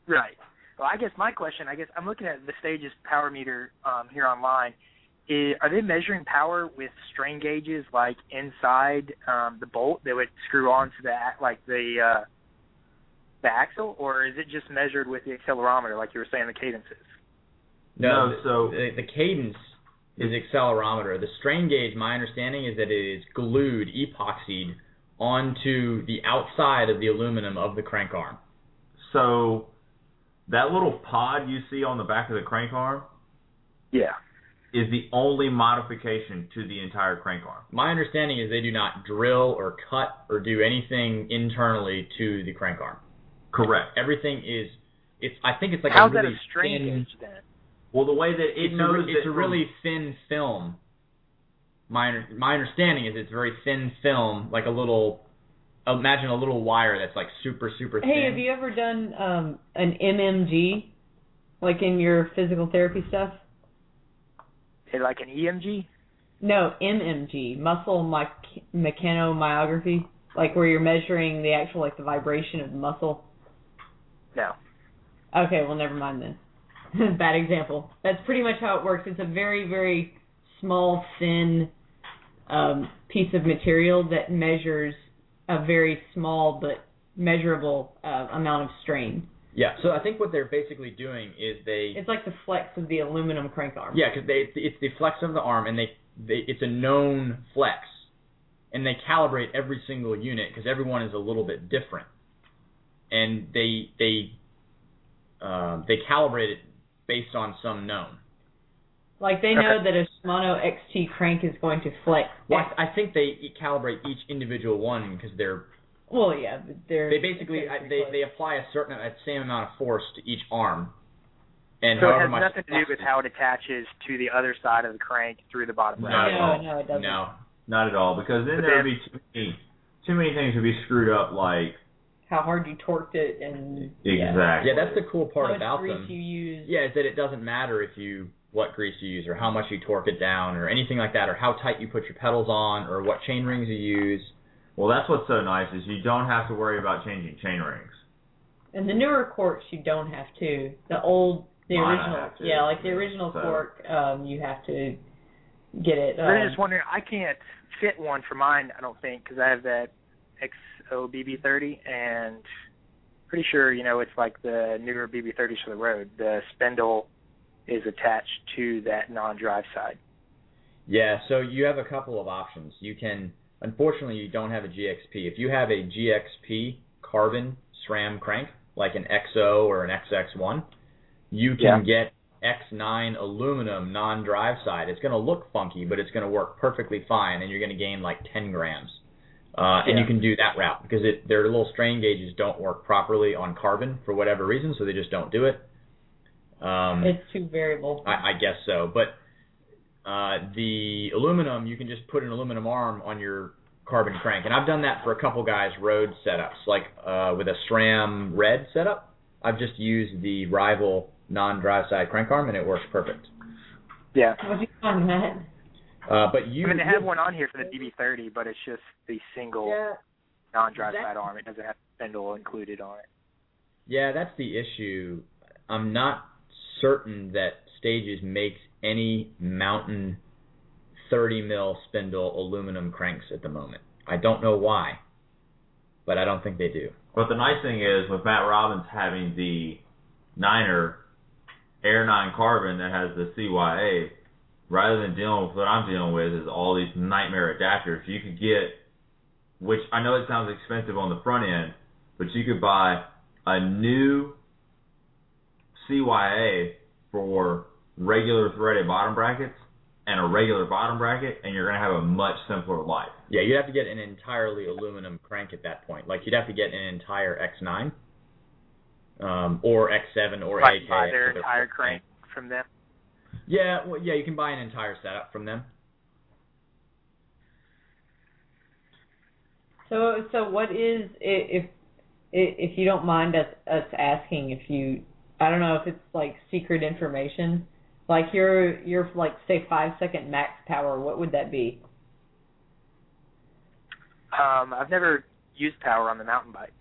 S7: Right. Well, I guess my question, I guess I'm looking at the stages power meter um, here online. is, are they measuring power with strain gauges like inside um, the bolt that would screw onto the a- like the uh, the axle, or is it just measured with the accelerometer, like you were saying the cadences?
S6: No,
S4: No, the-
S6: so-
S4: the, the cadence is accelerometer. The strain gauge, my understanding is that it is glued, epoxied onto the outside of the aluminum of the crank arm.
S6: So that little pod you see on the back of the crank arm
S7: Yeah.
S6: is the only modification to the entire crank arm.
S4: My understanding is they do not drill or cut or do anything internally to the crank arm.
S6: Correct.
S4: Everything is it's I think it's like
S7: How's
S4: a really
S7: that a strain
S4: thin,
S7: gauge then?
S6: Well, the way that it
S4: it's, a,
S6: knows
S4: re- it's
S6: that
S4: a
S6: from-
S4: really thin film. My under- my understanding is it's very thin film, like a little imagine a little wire that's like super super thin.
S2: Hey, have you ever done um an MMG, like in your physical therapy stuff?
S7: Is it like an E EMG?
S2: No, MMG, muscle mech- mechanomyography, like where you're measuring the actual like the vibration of muscle.
S7: No.
S2: Okay, well never mind then. Bad example. That's pretty much how it works. It's a very very small thin um, piece of material that measures a very small but measurable uh, amount of strain.
S4: Yeah, so I think what they're basically doing is they
S2: It's like the flex of the aluminum crank arm.
S4: yeah, because they it's the flex of the arm and they, they it's a known flex, and they calibrate every single unit because everyone is a little bit different, and they they uh, they calibrate it based on some known.
S2: Like they know that a Shimano XT crank is going to flex.
S4: Well, I, I think they calibrate each individual one because they're
S2: Well, yeah, but they're
S4: they basically
S2: they're
S4: I,
S2: pretty
S4: they
S2: close.
S4: they apply a certain a same amount of force to each arm, and
S7: So it
S4: however
S7: has
S4: much
S7: nothing to do with how it attaches to the other side of the crank through the bottom.
S6: No.
S7: bracket.
S2: No, no, it doesn't.
S4: no
S6: Not at all, because then
S7: But
S6: there would be too
S7: then-
S6: many, too many things would be screwed up. Like
S2: How hard you torqued it and yeah.
S6: exactly.
S4: yeah that's the cool
S2: how
S4: part
S2: much
S4: about
S2: grease
S4: them.
S2: you used.
S4: Yeah, is that it doesn't matter if you what grease you use or how much you torque it down or anything like that or how tight you put your pedals on or what chain rings you use.
S6: well, that's what's so nice is you don't have to worry about changing chain rings.
S2: And the newer corks you don't have to. The old, the
S6: Mine I
S2: original,
S6: have to,
S2: yeah, like the original
S6: so.
S2: cork, um, you have to get it.
S7: I was
S2: Um,
S7: just wondering, I can't fit one for mine, I don't think, because I have that XOBB30, and pretty sure, you know, it's like the newer BB30s for the road. The spindle is attached to that non-drive side.
S4: Yeah, so you have a couple of options. You can unfortunately you don't have a GXP. If you have a GXP carbon SRAM crank, like an XO or an XX1, you can get X9 aluminum non-drive side. It's going to look funky, but it's going to work perfectly fine, and you're going to gain like 10 grams. Uh, And
S7: Yeah.
S4: you can do that route because it, their little strain gauges don't work properly on carbon for whatever reason, so they just don't do it. Um,
S2: it's too variable.
S4: I, I guess so. But uh, the aluminum, you can just put an aluminum arm on your carbon crank, and I've done that for a couple guys' road setups, like uh, with a SRAM red setup. I've just used the rival non-drive side crank arm, and it works perfect.
S7: Yeah.
S2: What do you find that?
S4: Uh, but you,
S7: I mean, they have one on here for the BB30, but it's just the single
S2: Yeah,
S7: non-drive
S2: That-
S7: side arm. It doesn't have the spindle included on it.
S4: yeah, that's the issue. I'm not certain that Stages makes any mountain 30 mil spindle aluminum cranks at the moment. I don't know why, but I don't think they do.
S6: But the nice thing is with Matt Robbins having the Niner Air Nine Carbon that has the CYA, rather than dealing with what I'm dealing with is all these nightmare adapters. You could get, which I know it sounds expensive on the front end, but you could buy a new CYA for regular threaded bottom brackets and a regular bottom bracket, and you're gonna have a much simpler life.
S4: Yeah, you'd have to get an entirely aluminum crank at that point. Like you'd have to get an entire X9, um, or X7, or
S7: Right,
S4: AK.
S7: buy their
S4: if they're-
S7: entire crank from them.
S4: Yeah, well, yeah, you can buy an entire setup from them.
S2: So, so what is i- if i- if you don't mind us us asking if you I don't know if it's like secret information, like your your like say five second max power, what would that be?
S7: Um, I've never used power on the mountain bike.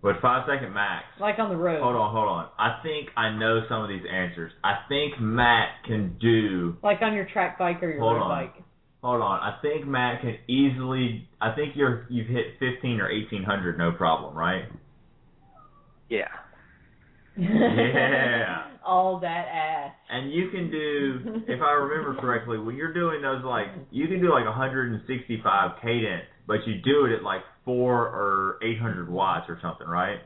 S3: But five second max.
S2: Like on the road.
S3: Hold on, hold on. I think I know some of these answers. I think Matt can do.
S2: Like on your track bike or your
S3: Hold
S2: road
S3: on.
S2: bike.
S3: Hold on. I think Matt can easily. I think you're you've hit fifteen or eighteen hundred, no problem, right?
S7: Yeah.
S3: Yeah.
S2: All that ass.
S3: And you can do, if I remember correctly, when you're doing those like you can do like 165 cadence, but you do it at like four or 800 watts or something, right?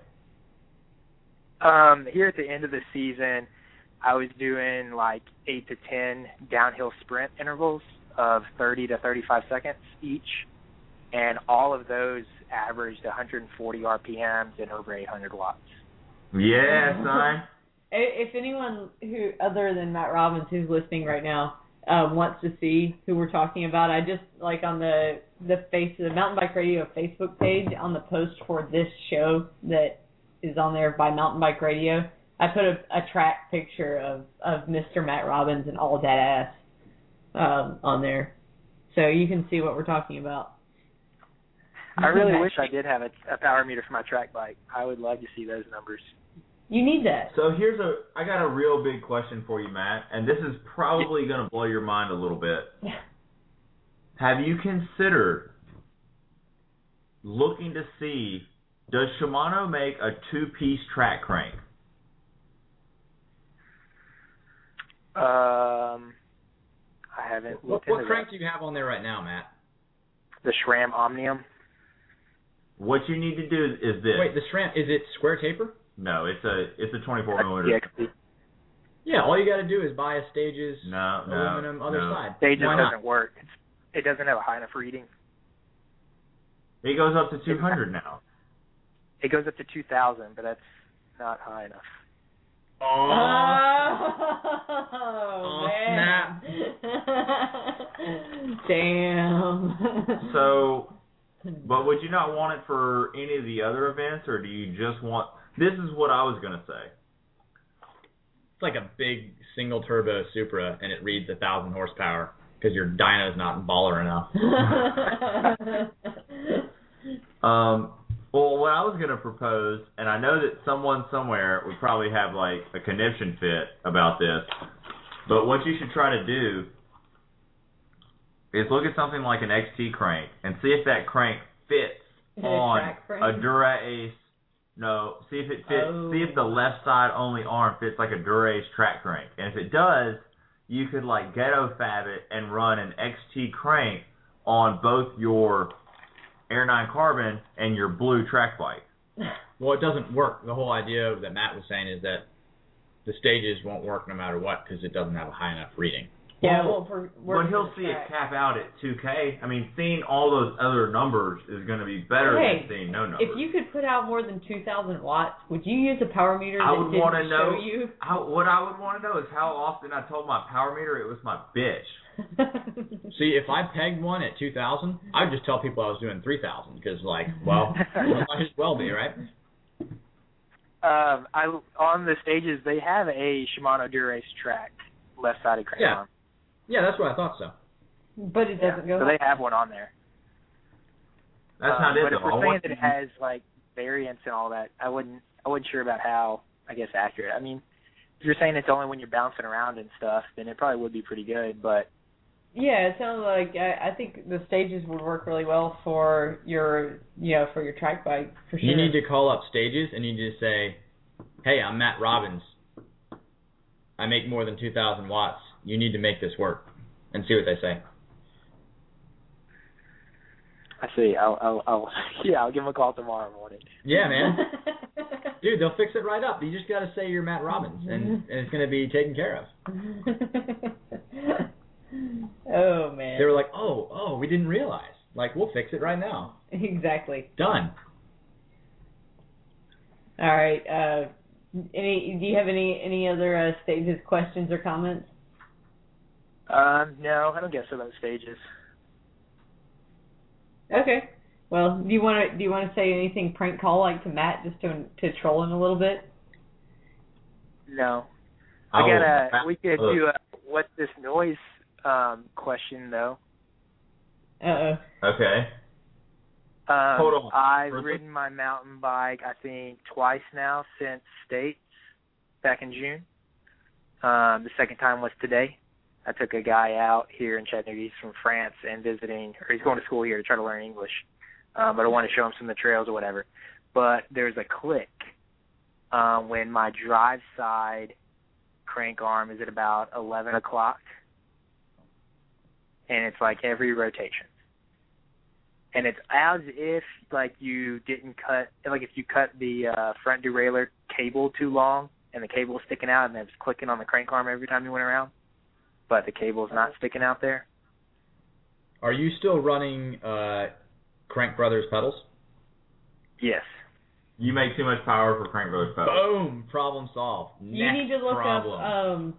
S7: Um, here at the end of the season, I was doing like eight to ten downhill sprint intervals of 30 to 35 seconds each, and all of those averaged 140 RPMs and over 800 watts.
S3: Yeah, son.
S2: I- If anyone who other than Matt Robbins who's listening right now uh, wants to see who we're talking about, I just like on the the face the Mountain Bike Radio Facebook page on the post for this show that is on there by Mountain Bike Radio. I put a, a track picture of of Mr. Matt Robbins and all that ass um, on there, so you can see what we're talking about.
S7: I
S4: Mm-hmm.
S7: really wish I did have a, a power meter for my track bike. I would love to see those numbers.
S2: You need that.
S3: So here's a, I got a real big question for you, Matt, and this is probably gonna blow your mind a little bit. Have you considered looking to see does Shimano make a two-piece track crank?
S7: Um, I haven't
S4: What,
S7: looked
S4: what
S7: into
S4: crank do you have on there right now, Matt?
S7: that. the SRAM Omnium.
S3: What you need to do is, is this.
S4: Wait, the shrimp is it square taper?
S3: No, it's a it's a 24 millimeter.
S7: Yeah, 'cause
S4: Yeah, all you got to do is buy a stages
S3: No, no,
S4: aluminum other
S3: no.
S4: side.
S7: they just
S4: Why not?
S7: doesn't work. It's, it doesn't have a high enough reading.
S3: It goes up to 200 now.
S7: It goes up to 2,000, but that's not high enough.
S2: Oh, man. Damn.
S3: So, but would you not want it for any of the other events, or do you just want? This is what I was gonna say.
S4: It's like a big single turbo Supra, and it reads a thousand horsepower because your dyno's not baller enough.
S3: Um, well, what I was gonna propose, and I know that someone somewhere would probably have like a conniption fit about this, but what you should try to do is look at something like an XT crank and see if that crank fits
S2: Is it a
S3: on
S2: track
S3: a
S2: crank?
S3: Dura Ace. No, see if it fits.
S2: Oh.
S3: See if the left side only arm fits like a Dura Ace track crank, and if it does, you could like ghetto fab it and run an XT crank on both your Air 9 Carbon and your blue track bike.
S4: Well, it doesn't work. The whole idea that Matt was saying is that the stages won't work no matter what because it doesn't have a high enough reading.
S2: yeah, well, for,
S3: But he'll see it cap out at 2K. I mean, seeing all those other numbers is going to be better
S2: Hey,
S3: than seeing no numbers.
S2: If you could put out more than 2,000 watts, would you use a power meter
S3: I
S2: that
S3: would
S2: didn't
S3: wanna know-
S2: show you?
S3: How, what I would want to know is how often I told my power meter it was my bitch.
S4: See, if I pegged one at 2,000, I would just tell people I was doing 3,000 because, like, well, it might as well be, right?
S7: Um, I on the stages they have a Shimano Durace track left sided crank
S4: Yeah.
S7: arm.
S4: Yeah, that's what I thought so.
S2: but it doesn't go
S7: Yeah, So they have one on there.
S3: That's
S7: um,
S3: not it
S7: But
S3: though.
S7: if
S3: I
S7: we're saying
S3: want
S7: that
S3: you-
S7: it has like variance and all that, I wouldn't I wasn't sure about how I guess accurate. I mean, if you're saying it's only when you're bouncing around and stuff, then it probably would be pretty good. But
S2: Yeah, it sounds like I, I think the stages would work really well for your, you know, for your track bike for sure.
S4: You need to call up stages and you need to say, "Hey, I'm Matt Robbins. I make more than 2,000 watts. You need to make this work," and see what they say.
S7: I see. I'll I'll, I'll yeah I'll give them a call tomorrow morning.
S4: Yeah, man, dude, they'll fix it right up. You just got to say you're Matt Robbins, and, and
S2: Mm-hmm.
S4: it's gonna be taken care of.
S2: oh man.
S4: They were like, "Oh, oh, we didn't realize. Like, we'll fix it right now.
S2: exactly.
S4: Done."
S2: All right. Uh, any? Do you have any any other uh, stages questions or comments?
S7: Um, no, I don't guess about the stages.
S2: Okay. Well, do you want to do you want to say anything prank call like to Matt just to to troll him a little bit?
S7: No.
S3: I
S7: I
S3: will-
S7: gotta. We could
S3: Look.
S7: do a what's this noise um question though.
S2: Uh oh.
S3: Okay.
S7: Um,
S6: Hold on.
S7: I've
S6: First-
S7: ridden my mountain bike, I think, twice now since states back in June. Um, the second time was today. I took a guy out here in Chattanooga. He's from France and visiting, or he's going to school here to try to learn English. Um, but I want to show him some of the trails or whatever. But there's a click um, when my drive side crank arm is at about 11 o'clock, and it's like every rotation and it's as if like you didn't cut like if you cut the uh front derailleur cable too long and the cable was sticking out and it was clicking on the crank arm every time you went around but the cable's not sticking out there
S4: Are you still running uh, Crank Brothers pedals?
S7: yes
S6: You make too much power for Crank Brothers
S3: Oh,
S6: pedals.
S4: Boom! Problem solved.
S2: You
S4: Next
S2: need to look
S4: problem.
S2: up um,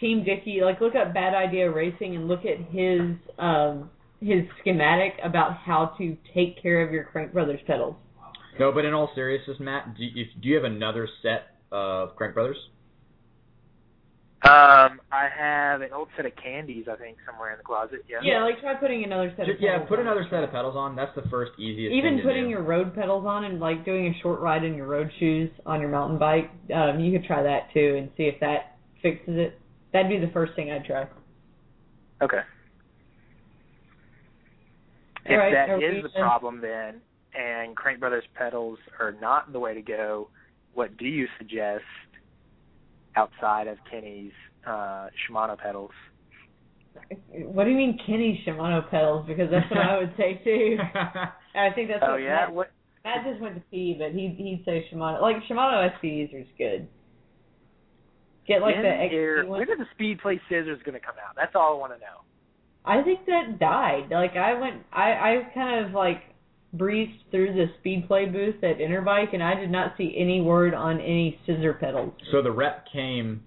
S2: Team Dicky, like look up Bad Idea Racing and look at his um, his schematic about how to take care of your Crank Brothers pedals.
S4: no, but in all seriousness, Matt, do you, if, do you have another set of Crank Brothers?
S7: um i have an old set of candies i think somewhere in the closet yeah
S2: Yeah, like try putting another set. of
S4: Ju- yeah,
S2: pedals
S4: put
S2: on.
S4: another set of pedals on. That's the first easiest. thing
S2: Even
S4: to
S2: putting
S4: do.
S2: your road pedals on and like doing a short ride in your road shoes on your mountain bike, um, you could try that too and see if that fixes it. That'd be the first thing I'd try.
S7: okay
S2: All
S7: if
S2: right,
S7: that
S2: are we
S7: is the
S2: done?
S7: problem then and crank brothers pedals are not the way to go what do you suggest outside of kenny's uh shimano pedals
S2: What do you mean Kenny Shimano pedals? Because that's what I would say too. I think that's
S7: Oh
S2: what
S7: yeah,
S2: Matt,
S7: what?
S2: Matt just went to pee, but he he'd say Shimano. Like Shimano SCs are just good. Get like
S7: when,
S2: the XC
S7: are,
S2: one.
S7: when are the speed play scissors going to come out? That's all I want to know.
S2: I think that died. Like I went, I I kind of like breezed through the speed play booth at Interbike, and I did not see any word on any scissor pedals.
S4: So the rep came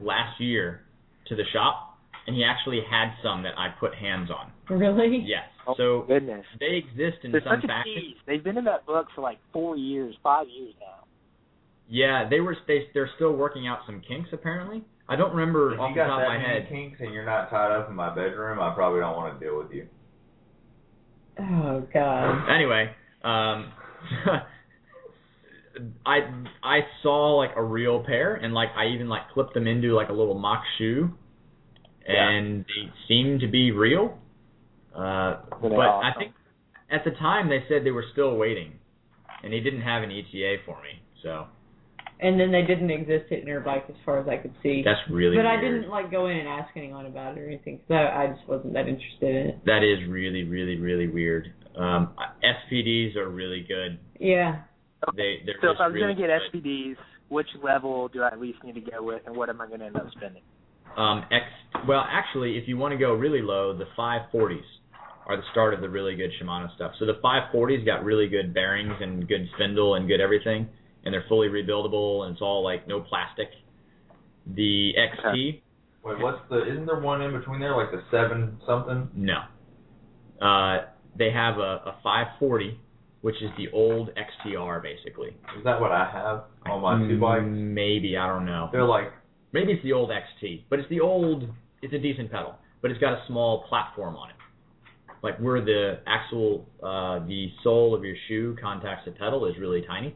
S4: last year to the shop, and he actually had some that I put hands on.
S2: Really?
S4: Yes.
S7: Oh,
S4: So
S7: Goodness,
S4: they exist in
S7: they're
S4: some
S7: such a
S4: fashion.
S7: tease. They've been in that book for like four years, five years now.
S4: Yeah, they were. They, they're still working out some kinks apparently. I don't remember
S3: If
S4: off
S3: you
S4: the
S3: got
S4: top of
S3: that
S4: my
S3: many
S4: head.
S3: kinks and you're not tied up in my bedroom, I probably don't want to deal with you.
S2: Oh god.
S4: Anyway, um, I I saw like a real pair, and like I even like clipped them into like a little mock shoe, and they seemed to be real. Uh,
S7: They're
S4: but I
S7: awesome.
S4: think at the time they said they were still waiting, and he didn't have an ETA for me, so
S2: And then they didn't exist at Interbike as far as I could see.
S4: that's really.
S2: but I
S4: weird.
S2: didn't like go in and ask anyone about it or anything, so I just wasn't that interested in it.
S4: That is really, really, really weird. Um, SPDs are really good.
S2: Yeah.
S4: They they're
S7: So if
S4: just
S7: I was
S4: really
S7: going to get
S4: good.
S7: SPDs, which level do I at least need to go with, and what am I going to end up spending?
S4: Um, X. Well, actually, if you want to go really low, the 540s are the start of the really good Shimano stuff. So the 540s got really good bearings and good spindle and good everything, and they're fully rebuildable and it's all like no plastic. The XT,
S3: Wait, what's the? Isn't there one in between there, like the seven something?
S4: no. Uh, they have a, a 540, which is the old XTR basically.
S3: Is that what I have on my two bikes?
S4: Maybe I don't know.
S3: They're like,
S4: Maybe it's the old XT, but it's the old. It's a decent pedal, but it's got a small platform on it. Like where the actual uh, the sole of your shoe contacts the pedal is really tiny.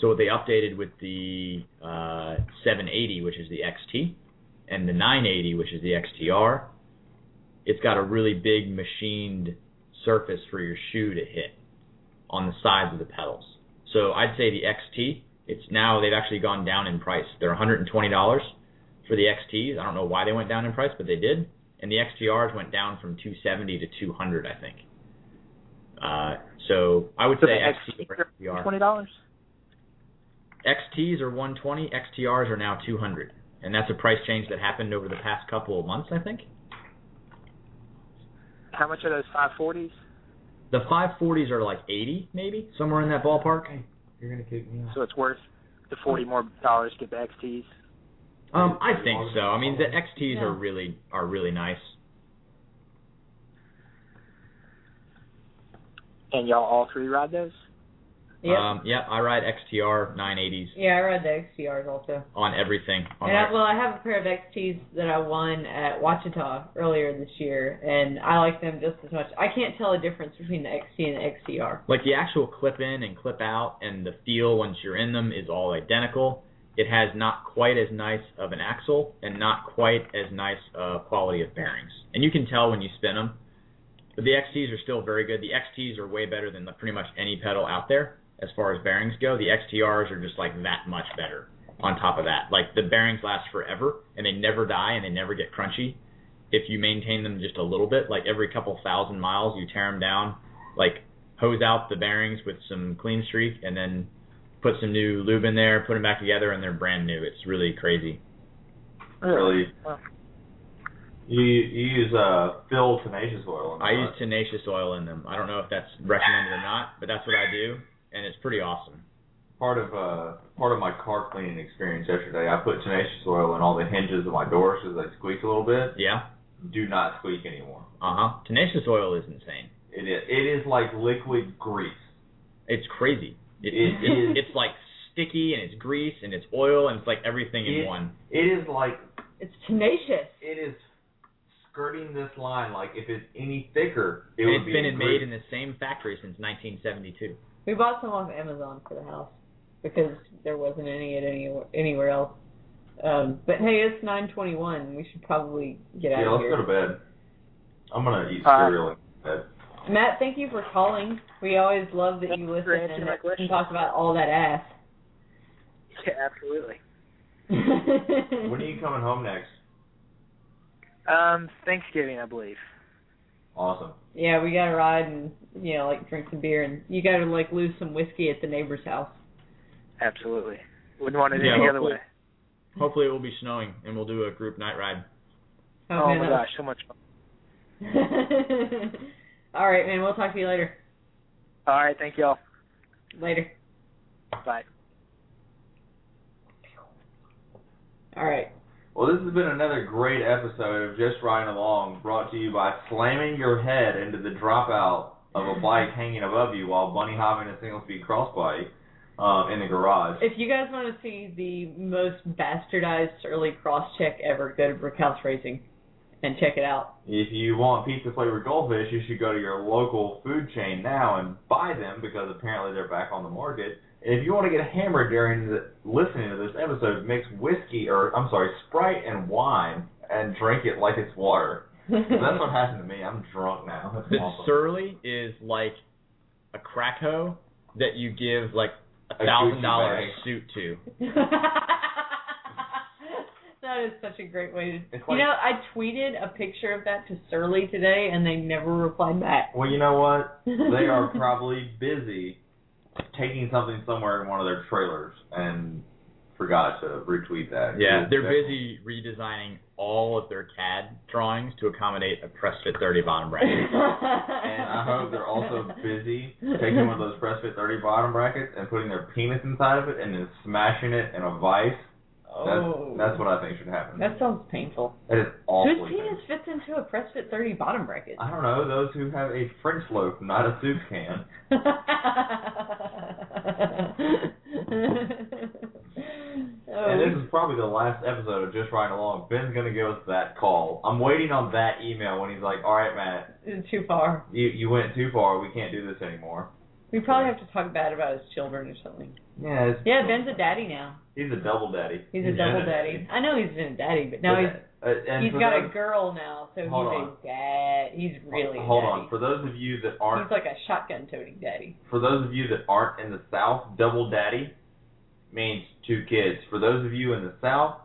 S4: So what they updated with the uh, 780, which is the XT, and the 980, which is the XTR, it's got a really big machined surface for your shoe to hit on the sides of the pedals. So I'd say the XT, it's now they've actually gone down in price. They're $120 for the XTs. I don't know why they went down in price, but they did. And the XTRs went down from 270 to 200, I think. Uh, so I would
S7: So
S4: say
S7: the
S4: XT
S7: XT
S4: or XTR.
S7: Twenty dollars.
S4: XTs are 120, XTRs are now 200, and that's a price change that happened over the past couple of months, I think.
S7: How much are those five forties?
S4: The 540s are like 80, maybe somewhere in that ballpark.
S3: you're gonna kick me.
S7: So it's worth the forty more dollars to get the XTs.
S4: Um, I think so. I mean, the XTs are
S2: Yeah.
S4: really are really nice.
S7: And y'all all three ride those?
S2: Yep.
S4: Um, yeah, I ride XTR 980s
S2: yeah, I ride the XTRs also.
S4: on everything. On
S2: And I,
S4: my-
S2: well, I have a pair of XTs that I won at Wachita earlier this year, and I like them just as much. I can't tell a difference between the XT and the E XTR.
S4: like the actual clip in and clip out and the feel once you're in them is all identical. It has not quite as nice of an axle and not quite as nice uh, quality of bearings, and you can tell when you spin them. But the XTs are still very good. The XTs are way better than the, pretty much any pedal out there as far as bearings go. The XTRs are just like that much better. On top of that, like the bearings last forever and they never die and they never get crunchy. If you maintain them just a little bit, like every couple thousand miles, you tear them down, like hose out the bearings with some clean streak and then put some new lube in there, put them back together, and they're brand new. It's really crazy.
S3: Really?
S7: Wow.
S3: You you use uh Phil tenacious oil. and
S4: I
S3: all
S4: use
S3: that.
S4: tenacious oil in them. I don't know if that's recommended or not, but that's what I do, and it's pretty awesome.
S3: part of uh part of my car cleaning experience yesterday. I put tenacious oil in all the hinges of my doors because they squeak a little bit.
S4: Yeah.
S3: Do not squeak anymore.
S4: Uh huh. Tenacious oil is insane.
S3: It is it is like liquid grease.
S4: It's crazy. It,
S3: It is.
S4: it- It's like sticky and it's grease and it's oil and it's like everything in
S3: It-
S4: one.
S3: It is like
S2: It's tenacious.
S3: it is skirting this line. Like if it's any thicker, it
S4: And
S3: would
S4: it's
S3: be
S4: been
S3: in
S4: made
S3: grease.
S4: in the same factory since 1972.
S2: We bought some off Amazon for the house because there wasn't any at any anywhere else. Um, but hey, it's 9:21. We should probably get out
S3: Yeah,
S2: of
S3: let's
S2: here.
S3: go to bed. I'm gonna eat
S7: Uh,
S3: cereal in bed.
S2: Matt, thank you for calling. We always love that you
S7: Thanks
S2: listen
S7: for answering
S2: and,
S7: my
S2: and
S7: question.
S2: talk about all that ass.
S7: Yeah, absolutely.
S3: When are you coming home next?
S7: Um, Thanksgiving, I believe.
S3: Awesome.
S2: yeah, we gotta ride and you know like drink some beer and you gotta like lose some whiskey at the neighbor's house.
S7: Absolutely. Wouldn't want it
S4: Yeah,
S7: any other
S4: hopefully.
S7: way.
S4: Hopefully it will be snowing and we'll do a group night ride.
S7: Oh my
S2: man,
S7: gosh, so much fun.
S2: that- all right, man. We'll talk to you later.
S7: All right, thank y'all.
S2: Later.
S7: Bye.
S2: All right.
S3: Well, this has been another great episode of Just Riding Along, brought to you by slamming your head into the dropout of a bike hanging above you while bunny hopping a single speed cross bike um, in the garage.
S2: If you guys want to see the most bastardized early cross check ever, go to Brickhouse Racing and check it out.
S3: If you want pizza flavored goldfish, you should go to your local food chain now and buy them because apparently they're back on the market. And if you want to get hammered during the, listening to this episode, mix whiskey or I'm sorry, Sprite and wine and drink it like it's water. That's what happened to me. I'm drunk now. That's
S4: The
S3: awesome.
S4: Surly is like a crack hoe that you give like a
S3: A
S4: thousand
S3: Gucci
S4: dollar
S3: bag.
S4: suit to.
S2: that is such a great way to.
S3: It's
S2: you
S3: like-
S2: know, I tweeted a picture of that to Surly today, and they never replied back.
S3: Well, you know what? they are probably busy taking something somewhere in one of their trailers and forgot to retweet that.
S4: Yeah, they're busy redesigning all of their CAD drawings to accommodate a press fit 30 bottom bracket.
S3: And I hope they're also busy taking one of those press fit 30 bottom brackets and putting their penis inside of it and then smashing it in a vice. That's,
S2: Oh,
S3: that's what I think should happen.
S2: that sounds painful.
S3: that is
S2: Whose
S3: awfully
S2: penis
S3: painful.
S2: fits into a press fit 30 bottom bracket?
S3: I don't know, those who have a French loaf, not a soup can.
S2: oh,
S3: And
S2: Oh,
S3: this is probably the last episode of Just Riding Along. Ben's gonna give us that call. I'm waiting on that email when he's like, "All right, Matt,
S2: it's too far.
S3: you you went too far. We can't do this anymore."
S2: We probably have to talk bad about his children or something.
S3: Yeah. It's,
S2: Yeah, Ben's a daddy now.
S3: He's a double daddy.
S2: He's a double daddy. I know he's been a daddy, but now
S3: Now
S2: he's
S3: uh, and
S2: he's
S3: for
S2: got a
S3: those,
S2: girl now, so he's
S3: Hold
S2: a
S3: on.
S2: dad. He's really a
S3: Hold on.
S2: daddy.
S3: For those of you that aren't
S2: He's like a shotgun toting daddy.
S3: for those of you that aren't in the South, double daddy means two kids. For those of you in the South,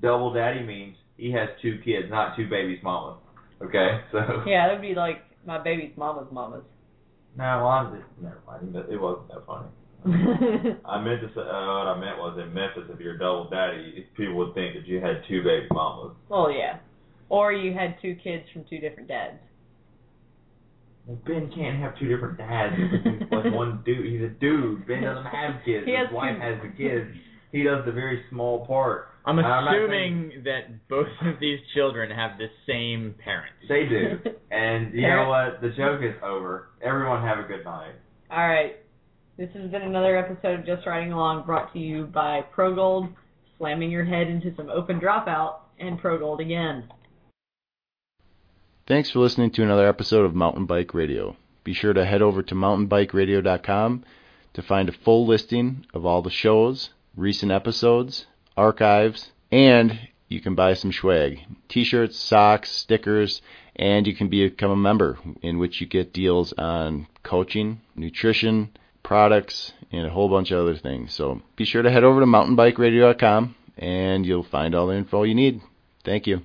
S3: double daddy means he has two kids, not two babies, mama. Okay, so
S2: Yeah, that'd be like my baby's mama's mama's.
S3: no, well, I'm just never mind. It wasn't that funny. I meant to say, uh, what I meant was in Memphis, if you're a double daddy, people would think that you had two baby mamas.
S2: well, yeah. Or you had two kids from two different dads.
S3: Well, Ben can't have two different dads. He's like one dude. He's a dude. Ben doesn't have kids.
S2: He
S3: His
S2: has
S3: wife
S2: two-
S3: has the kids. He does the very small part.
S4: I'm
S3: I'm not
S4: assuming that both of these children have the same parents.
S3: They do. And you know what? The joke is over. Everyone have a good night.
S2: All right. This has been another episode of Just Riding Along brought to you by ProGold, slamming your head into some open dropout, and ProGold again.
S1: Thanks for listening to another episode of Mountain Bike Radio. Be sure to head over to mountainbikeradio.com to find a full listing of all the shows, recent episodes, archives, and you can buy some swag t shirts, socks, stickers, and you can become a member in which you get deals on coaching, nutrition, products, and a whole bunch of other things. So be sure to head over to mountainbikeradio.com and you'll find all the info you need. Thank you.